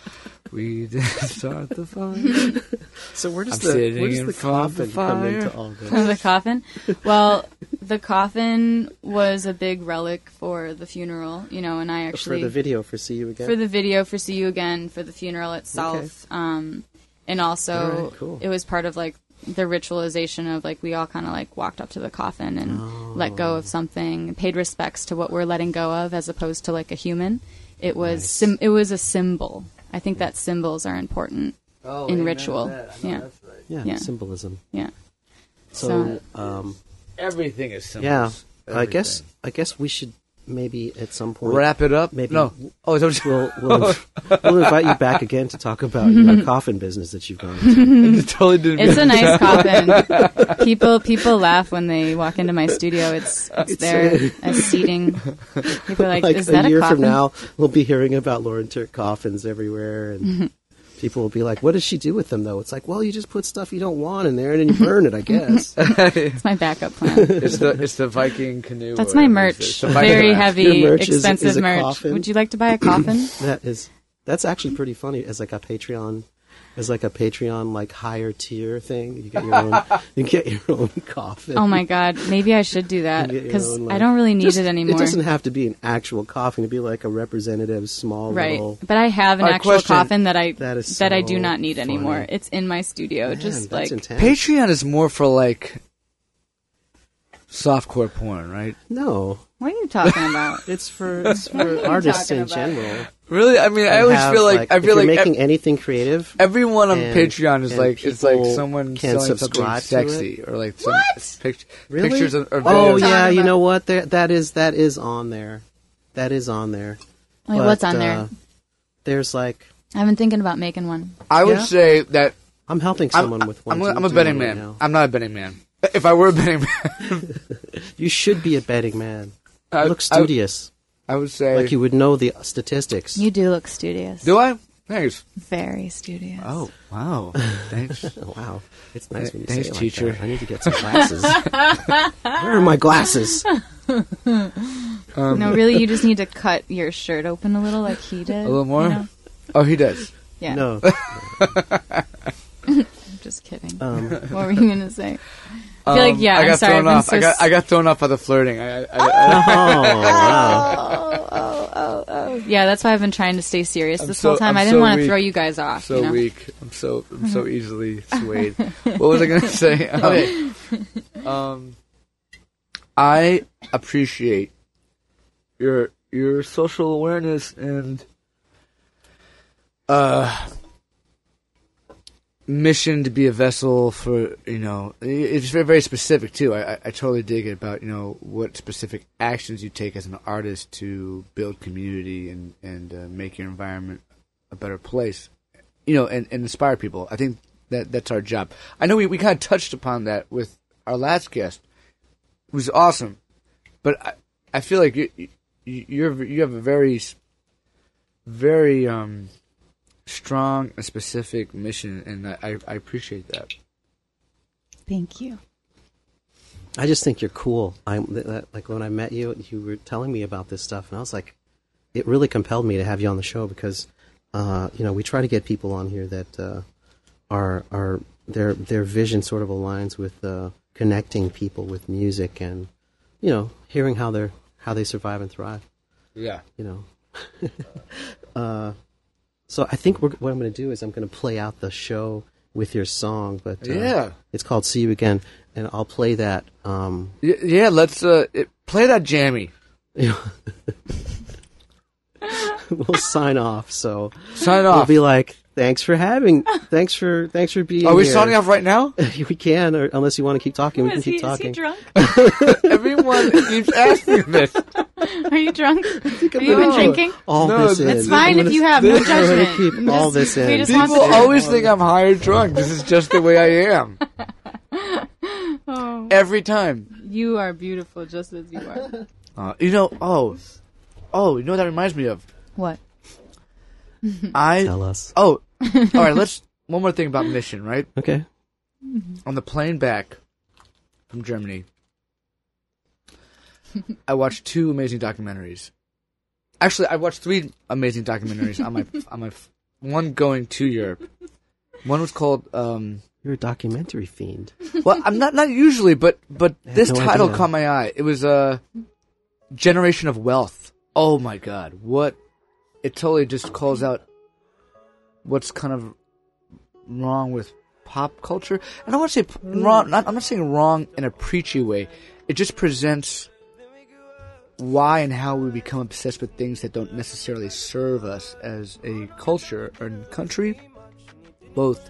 Speaker 2: We did start the fire.
Speaker 4: So where does
Speaker 2: I'm
Speaker 4: the
Speaker 2: sitting
Speaker 4: where does
Speaker 2: in
Speaker 4: the
Speaker 2: front of the
Speaker 4: coffin come into
Speaker 2: fire.
Speaker 4: all this?
Speaker 3: the coffin. Well, the coffin was a big relic for the funeral, you know, and I
Speaker 4: For
Speaker 3: actually
Speaker 4: the video for See You Again.
Speaker 3: for the video for see you again for the funeral itself um and also
Speaker 4: All right, cool.
Speaker 3: it was part of like the ritualization of like we all kind of like walked up to the coffin and
Speaker 4: Oh.
Speaker 3: let go of something paid respects to what we're letting go of as opposed to like a human it was sim- it was a symbol i think that symbols are important
Speaker 2: Oh,
Speaker 3: In amen to ritual. that. I know Yeah. that's
Speaker 2: right.
Speaker 4: yeah,
Speaker 3: yeah.
Speaker 4: symbolism.
Speaker 3: yeah
Speaker 4: So, um,
Speaker 2: Everything is
Speaker 4: yeah,
Speaker 2: symbols.
Speaker 4: I guess I guess we should maybe at some point
Speaker 2: wrap it up.
Speaker 4: Maybe-
Speaker 2: no. Oh, is that what you-
Speaker 4: We'll, we'll, we'll invite you back again to talk about your coffin business that you've gone into.
Speaker 2: you totally didn't.
Speaker 3: It's
Speaker 2: mean-
Speaker 3: a nice coffin. People people laugh when they walk into my studio. It's it's there as seating. People are like,
Speaker 4: like
Speaker 3: is
Speaker 4: a
Speaker 3: that
Speaker 4: year
Speaker 3: a coffin?
Speaker 4: from now, we'll be hearing about Lauren Turk coffins everywhere, and people will be like, "What does she do with them?" Though it's like, well, you just put stuff you don't want in there and then you burn it, I guess.
Speaker 3: It's my backup plan.
Speaker 2: it's the it's the Viking canoe.
Speaker 3: That's
Speaker 2: or
Speaker 3: my
Speaker 2: whatever it is.
Speaker 3: merch.
Speaker 2: It's the Viking
Speaker 3: Very
Speaker 2: raft.
Speaker 3: heavy,
Speaker 4: Your merch is-
Speaker 3: expensive
Speaker 4: is a
Speaker 3: merch.
Speaker 4: coffin?
Speaker 3: Would you like to buy a coffin?
Speaker 4: that is that's actually pretty funny as like a Patreon. As like a Patreon like higher tier thing, you get your own. you get your own coffin.
Speaker 3: oh my god, maybe I should do that
Speaker 4: You get your
Speaker 3: because
Speaker 4: own,
Speaker 3: I
Speaker 4: like-
Speaker 3: don't really need
Speaker 4: Just-
Speaker 3: it anymore.
Speaker 4: It doesn't have to be an actual coffin. It'd be like a representative, small
Speaker 3: right,
Speaker 4: little.
Speaker 3: but I have an
Speaker 2: Our
Speaker 3: actual
Speaker 2: question-
Speaker 3: coffin that I
Speaker 4: That
Speaker 3: that,
Speaker 4: is
Speaker 3: I
Speaker 4: so
Speaker 3: do not need
Speaker 4: funny.
Speaker 3: anymore. It's in my studio,
Speaker 4: Man,
Speaker 3: just like
Speaker 4: that's intense.
Speaker 2: Patreon is more for like softcore porn, right?
Speaker 4: no,
Speaker 3: what are you talking about?
Speaker 4: it's for it's
Speaker 3: What are
Speaker 4: for
Speaker 3: you
Speaker 4: artists
Speaker 3: talking
Speaker 4: in
Speaker 3: about?
Speaker 4: general.
Speaker 2: Really? I mean, I
Speaker 4: You
Speaker 2: always
Speaker 4: have,
Speaker 2: feel like, I
Speaker 4: if
Speaker 2: feel
Speaker 4: you're
Speaker 2: like
Speaker 4: making
Speaker 2: e-
Speaker 4: anything creative.
Speaker 2: everyone on
Speaker 4: and-
Speaker 2: Patreon is
Speaker 4: and
Speaker 2: like it's like
Speaker 4: people
Speaker 2: someone
Speaker 4: can
Speaker 2: selling something
Speaker 4: subscribe to
Speaker 2: sexy or like some
Speaker 3: What?
Speaker 2: pict-
Speaker 4: Really?
Speaker 2: pictures of, or
Speaker 4: oh
Speaker 2: videos.
Speaker 4: yeah,
Speaker 3: Talking
Speaker 4: you
Speaker 3: about-
Speaker 4: know what? There, that is that is on there. That is on there.
Speaker 3: Wait,
Speaker 4: But,
Speaker 3: what's on there?
Speaker 4: uh, there's like
Speaker 3: I've been thinking about making one.
Speaker 2: I would
Speaker 4: Yeah.
Speaker 2: say that
Speaker 4: I'm helping
Speaker 2: I'm,
Speaker 4: someone with one.
Speaker 2: I'm, a-
Speaker 4: too,
Speaker 2: I'm a
Speaker 4: doing
Speaker 2: betting
Speaker 4: it right
Speaker 2: man.
Speaker 4: now.
Speaker 2: I'm not a betting man. If I were a betting man,
Speaker 4: You should be a betting man.
Speaker 2: Uh, I,
Speaker 4: You look studious,
Speaker 2: I, I would say.
Speaker 4: like you would know the statistics.
Speaker 3: You do look studious.
Speaker 2: do I? Thanks.
Speaker 3: Very studious.
Speaker 2: Oh wow. Thanks.
Speaker 4: Oh, wow, it's nice when you
Speaker 2: Thanks,
Speaker 4: say it like
Speaker 2: teacher.
Speaker 4: that. I need to get some glasses. Where are my glasses?
Speaker 3: No, really, you just need to cut your shirt open a little, like he did.
Speaker 2: A little more.
Speaker 3: you know?
Speaker 2: Oh, he does.
Speaker 3: Yeah.
Speaker 4: No,
Speaker 3: I'm just kidding.
Speaker 4: um,
Speaker 3: what were you gonna say? I feel like yeah.
Speaker 2: Um, I
Speaker 3: am
Speaker 2: got
Speaker 3: sorry. I've
Speaker 2: thrown
Speaker 3: been
Speaker 2: off.
Speaker 3: so
Speaker 2: I got I
Speaker 3: s-
Speaker 2: got thrown off by the flirting. I, I, I,
Speaker 4: Oh.
Speaker 3: Oh, yeah, that's why I've been trying to stay serious
Speaker 2: I'm
Speaker 3: this
Speaker 2: so-
Speaker 3: whole time.
Speaker 2: I'm
Speaker 3: I didn't
Speaker 2: so
Speaker 3: want to
Speaker 2: weak.
Speaker 3: throw you guys off.
Speaker 2: so
Speaker 3: you know? Mm-hmm.
Speaker 2: weak. I'm so I'm so easily swayed. what was I gonna say? Um, um, I appreciate your your social awareness and uh mission to be a vessel for you know i- it's very, very specific too I, I i totally dig it about you know what specific actions you take as an artist to build community and and uh, make your environment a better place you know, and, and inspire people. I think that that's our job. I know we, we kind of touched upon that with our last guest. It was awesome, but I, I feel like you, you you're you have a very s- very um strong and specific mission, and I, I, I appreciate that.
Speaker 3: Thank you.
Speaker 4: I just think you're cool. I'm th- that, like when I met you, you were telling me about this stuff, and I was like, it really compelled me to have you on the show because, uh, you know, we try to get people on here that uh, are are their their vision sort of aligns with uh, connecting people with music and, you know, hearing how they're how they survive and thrive.
Speaker 2: Yeah.
Speaker 4: You know. uh, so I think we're, what I'm going to do is I'm going to play out the show with your song, but uh,
Speaker 2: Yeah.
Speaker 4: it's called "See You Again," and I'll play that. Um,
Speaker 2: Y- yeah, let's uh, it, play that jammy.
Speaker 4: we'll sign off. So
Speaker 2: Sign
Speaker 4: we'll
Speaker 2: off.
Speaker 4: be like, thanks for having, thanks for, thanks for being.
Speaker 2: Are we
Speaker 4: here."
Speaker 2: signing off right now?
Speaker 4: we can, or unless you want to keep talking, we can
Speaker 3: Is he, is
Speaker 4: keep
Speaker 3: he
Speaker 4: talking.
Speaker 3: drunk?
Speaker 2: Everyone keeps asking this.
Speaker 3: Are you drunk? Have you
Speaker 4: I'm
Speaker 3: been
Speaker 4: gonna put
Speaker 3: drinking?
Speaker 4: All
Speaker 2: No,
Speaker 4: this in.
Speaker 2: it's
Speaker 3: fine
Speaker 4: I'm gonna-
Speaker 3: if you have, no
Speaker 4: I'm gonna
Speaker 3: judgment.
Speaker 4: keep
Speaker 3: I'm
Speaker 4: all
Speaker 3: just-
Speaker 4: this in.
Speaker 3: we just want
Speaker 2: People
Speaker 3: Monster.
Speaker 2: always think I'm high or drunk. This is just the way I am. Every time.
Speaker 3: Oh, You are beautiful just as you are.
Speaker 2: Uh, you know, oh, oh, you know what that reminds me of?
Speaker 3: What?
Speaker 2: Hmm. I,
Speaker 4: Tell us.
Speaker 2: oh, all right, let's, one more thing about Mission, right?
Speaker 4: Okay.
Speaker 2: on the plane back from Germany, I watched two amazing documentaries. Actually, I watched three amazing documentaries on my on my f- one going to Europe. One was called um,
Speaker 4: You're a documentary fiend.
Speaker 2: well, I'm not not usually, but but
Speaker 4: had
Speaker 2: this
Speaker 4: no
Speaker 2: title
Speaker 4: idea.
Speaker 2: caught my eye. It was uh, Generation of Wealth. Oh my God, what? It totally just calls out what's kind of wrong with pop culture. And I want to say p- wrong. Not, I'm not saying wrong in a preachy way. It just presents why and how we become obsessed with things that don't necessarily serve us as a culture and country, both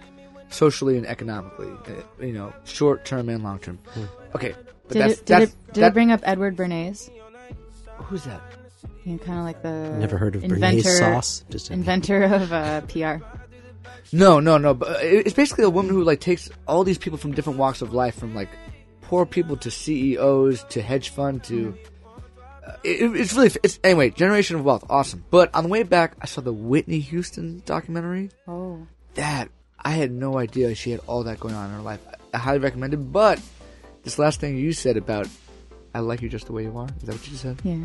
Speaker 2: socially and economically. uh, You know, short term and long term. Okay, but
Speaker 3: Did,
Speaker 2: that's
Speaker 3: it, did,
Speaker 2: that's
Speaker 3: it, did
Speaker 2: that-
Speaker 3: it bring up Edward Bernays?
Speaker 2: who's that?
Speaker 3: You know, kind of like the
Speaker 4: Never heard of
Speaker 3: inventor,
Speaker 4: Bernays sauce. Just
Speaker 3: Inventor of uh, PR.
Speaker 2: No, no, no. But uh, it- it's basically a woman who like takes all these people from different walks of life, from like poor people to CEOs to hedge fund
Speaker 3: Hmm.
Speaker 2: to. Uh, it, it's really it's anyway. Generation of Wealth, awesome. But on the way back, I saw the Whitney Houston documentary.
Speaker 3: Oh,
Speaker 2: That I had no idea she had all that going on in her life. I highly recommend it. But this last thing you said about, I like you just the way you are. Is that what you said?
Speaker 3: yeah.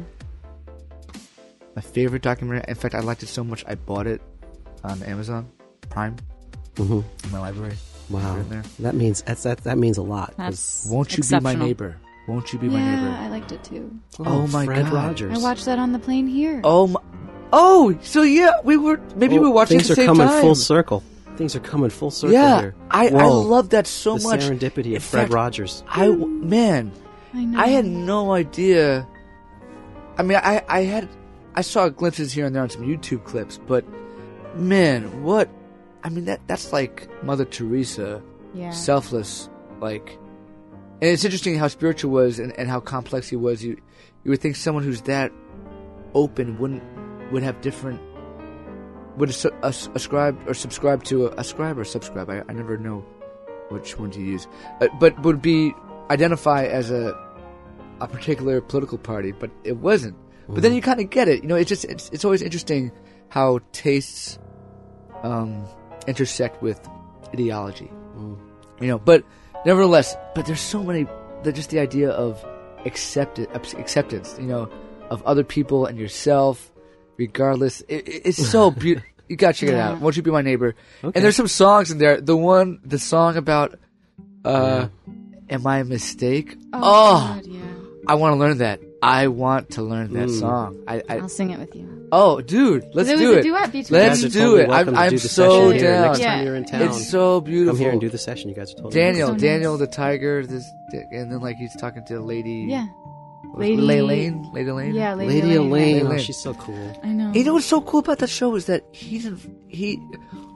Speaker 2: My favorite documentary. In fact, I liked it so much I bought it on Amazon Prime
Speaker 4: hmm
Speaker 2: in my library.
Speaker 4: Wow.
Speaker 2: In there.
Speaker 4: That means that's that. That means a lot. 'cause-
Speaker 3: That's
Speaker 2: Won't you be my
Speaker 3: exceptional.
Speaker 2: neighbor? Won't you be
Speaker 3: Yeah,
Speaker 2: my neighbor?
Speaker 3: I liked it too.
Speaker 2: Oh, my
Speaker 4: Fred
Speaker 2: God.
Speaker 4: Rogers.
Speaker 3: I watched that on the plane here.
Speaker 2: Oh my. Oh, so yeah, we were maybe we
Speaker 4: Oh,
Speaker 2: were watching at
Speaker 4: Things
Speaker 2: the
Speaker 4: are
Speaker 2: same
Speaker 4: coming
Speaker 2: time.
Speaker 4: full circle. Things are coming full circle
Speaker 2: yeah,
Speaker 4: here.
Speaker 2: I I
Speaker 4: Whoa.
Speaker 2: love that so
Speaker 4: the
Speaker 2: much.
Speaker 4: serendipity
Speaker 2: In
Speaker 4: of Fred
Speaker 2: fact,
Speaker 4: Rogers.
Speaker 2: I w- man,
Speaker 3: I know.
Speaker 2: I had no idea. I mean, I I had I saw glimpses here and there on some YouTube clips, but man, what? I mean that that's like Mother Teresa,
Speaker 3: yeah.
Speaker 2: selfless, like. And it's interesting how spiritual was and, and how complex he was. You you would think someone who's that open wouldn't would have different would as, as, ascribe or subscribe to a ascribe or subscribe. I, I never know which one to use, uh, but would be identify as a a particular political party, but it wasn't. But then you kind of get it. You know, it's just it's, it's always interesting how tastes um, intersect with ideology. You know, but nevertheless, but there's so many. The, just the idea of accept, acceptance. You know, of other people and yourself, regardless. It, it- it's so beautiful. You gotta check it out.
Speaker 3: Yeah.
Speaker 2: Won't you be my neighbor?
Speaker 4: Okay.
Speaker 2: And there's some songs in there. The one, the song about, uh, am I a mistake?
Speaker 3: Oh,
Speaker 2: oh
Speaker 3: God, yeah.
Speaker 2: I want to learn that. I want to learn that
Speaker 4: Mm.
Speaker 2: song. I, I
Speaker 3: I'll sing it with you.
Speaker 2: oh, dude, let's
Speaker 3: it
Speaker 2: do
Speaker 3: was a
Speaker 2: it.
Speaker 3: duet between
Speaker 2: Let's
Speaker 4: You guys
Speaker 2: do
Speaker 4: are totally
Speaker 2: it.
Speaker 4: welcome
Speaker 2: I'm-
Speaker 4: to
Speaker 2: I'm
Speaker 4: do the
Speaker 2: so
Speaker 4: session here.
Speaker 2: down.
Speaker 4: Next
Speaker 3: Yeah.
Speaker 4: time you're in
Speaker 3: It's
Speaker 4: town,
Speaker 2: It's so beautiful.
Speaker 4: come here and do the session. You guys are totally
Speaker 2: Daniel,
Speaker 3: So nice.
Speaker 2: Daniel the tiger, this, and then like he's talking to Lady,
Speaker 3: Yeah.
Speaker 2: Lady Lane, Lady Lane.
Speaker 3: Yeah, Lady,
Speaker 4: Lady,
Speaker 3: Elaine.
Speaker 4: Elaine.
Speaker 2: Elaine.
Speaker 4: Oh, she's so cool.
Speaker 3: I know.
Speaker 2: You know what's so cool about that show is that he's in, he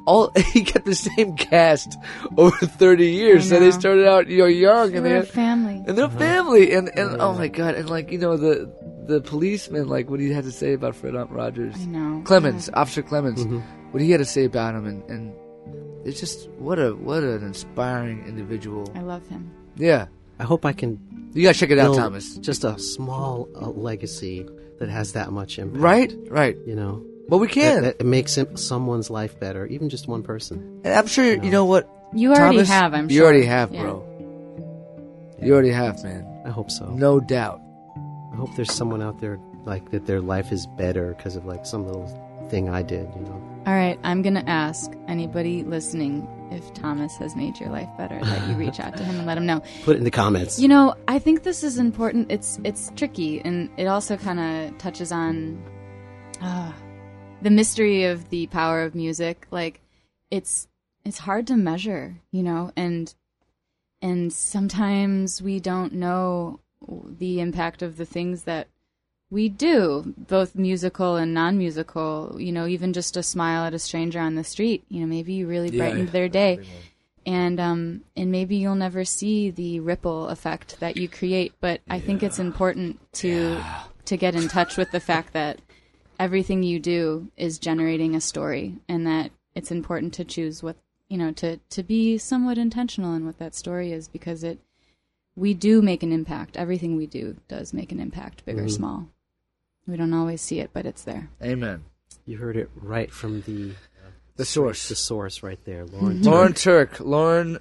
Speaker 2: all he kept the same cast over 30 years.
Speaker 3: I
Speaker 2: So they
Speaker 3: know.
Speaker 2: started out you know young and
Speaker 3: We're a
Speaker 2: they
Speaker 3: family.
Speaker 2: and their family and and oh my god and like you know the the policeman like what he had to say about Fred Rogers.
Speaker 3: I know.
Speaker 2: Clemens, Officer Clemens, what he had to say about him, and, and it's just what a what an inspiring individual.
Speaker 3: I love him.
Speaker 2: Yeah,
Speaker 4: I hope I can
Speaker 2: you gotta check it out,
Speaker 4: build
Speaker 2: Thomas.
Speaker 4: just a small uh, legacy that has that much impact.
Speaker 2: Right, right.
Speaker 4: You know,
Speaker 2: But we can.
Speaker 4: That, that makes sim- someone's life better, even just one person.
Speaker 2: and I'm sure you, you know what.
Speaker 3: You already
Speaker 2: Thomas?
Speaker 3: have, I'm sure.
Speaker 2: You already have,
Speaker 3: Yeah.
Speaker 2: bro. You already have, man.
Speaker 4: I hope so.
Speaker 2: No doubt.
Speaker 4: I hope there's someone out there like that their life is better because of like some little thing I did, you know.
Speaker 3: All right, I'm going to ask anybody listening if Thomas has made your life better that you reach out to him and let him know.
Speaker 4: Put it in the comments.
Speaker 3: You know, I think this is important. It's it's tricky, and it also kind of touches on uh, the mystery of the power of music. Like, it's it's hard to measure, you know, and and sometimes we don't know the impact of the things that we do, both musical and non-musical. You know, even just a smile at a stranger on the street. You know, maybe you really
Speaker 2: Yeah,
Speaker 3: brightened
Speaker 2: yeah,
Speaker 3: their day and um, and maybe you'll never see the ripple effect that you create. But I think it's important to to get in touch with the fact that everything you do is generating a story, and that it's important to choose what you know to to be somewhat intentional in what that story is because it we do make an impact. Everything we do does make an impact,
Speaker 4: Mm-hmm.
Speaker 3: big or small. We don't always see it, but it's there.
Speaker 2: Amen.
Speaker 4: You heard it right from the
Speaker 2: The
Speaker 4: the
Speaker 2: source.
Speaker 4: source right there, Lauren.
Speaker 2: Lauren Turk. Lauren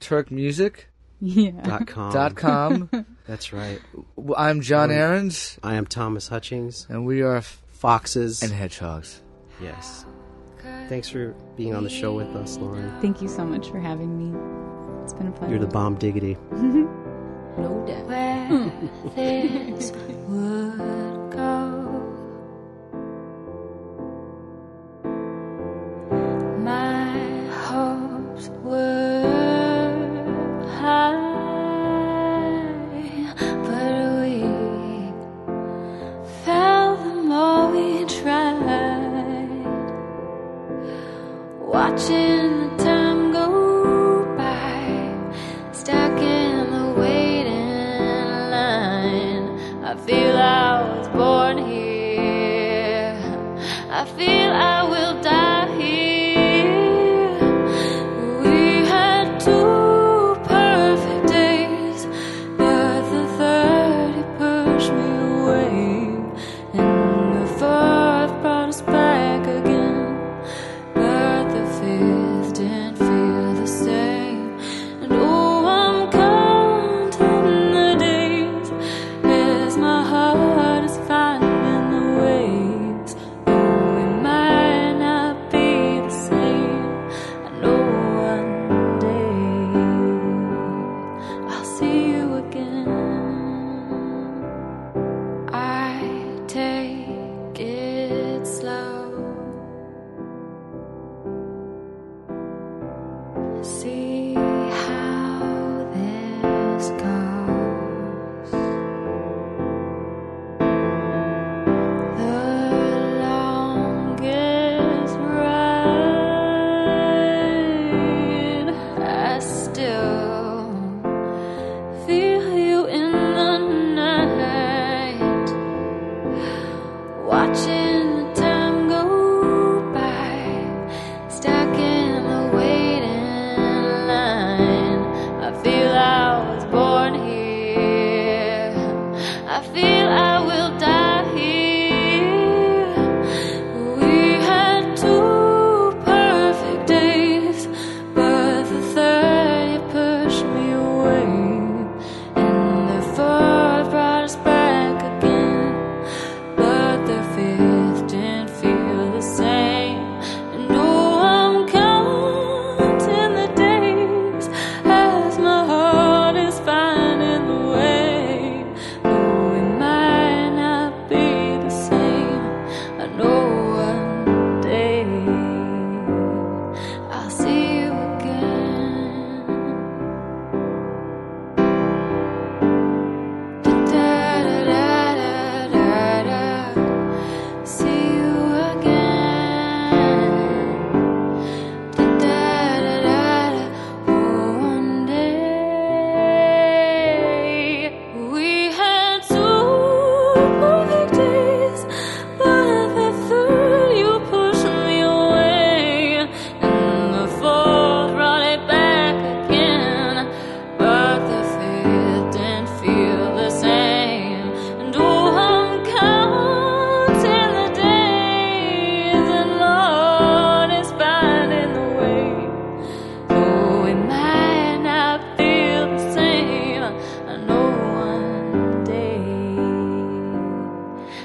Speaker 2: Turk Music.
Speaker 3: Yeah.
Speaker 4: dot com.
Speaker 2: Dot com.
Speaker 4: That's right.
Speaker 2: W- I'm John Aarons,
Speaker 4: I am Thomas Hutchings.
Speaker 2: and we are f-
Speaker 4: Foxes.
Speaker 2: and hedgehogs.
Speaker 4: yes. Thanks for being on the show with us, Lauren.
Speaker 3: Thank you so much for having me. It's been a pleasure.
Speaker 4: You're the bomb diggity.
Speaker 3: no doubt.
Speaker 6: My hopes were high, but we fell the more we tried. Watching the time go by, stuck in the waiting line. I feel I was born here. I feel I will die here. We had two perfect days, but the third pushed me away, and the fourth brought us back again. But the fifth didn't feel the same. And oh, I'm counting the days as my heart is finding the ways. Oh, we might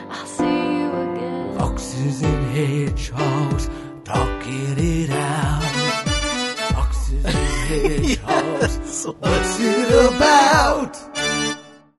Speaker 6: I'll see you again.
Speaker 1: Foxes and hedgehogs talking it out. Foxes and hedgehogs, what's it about?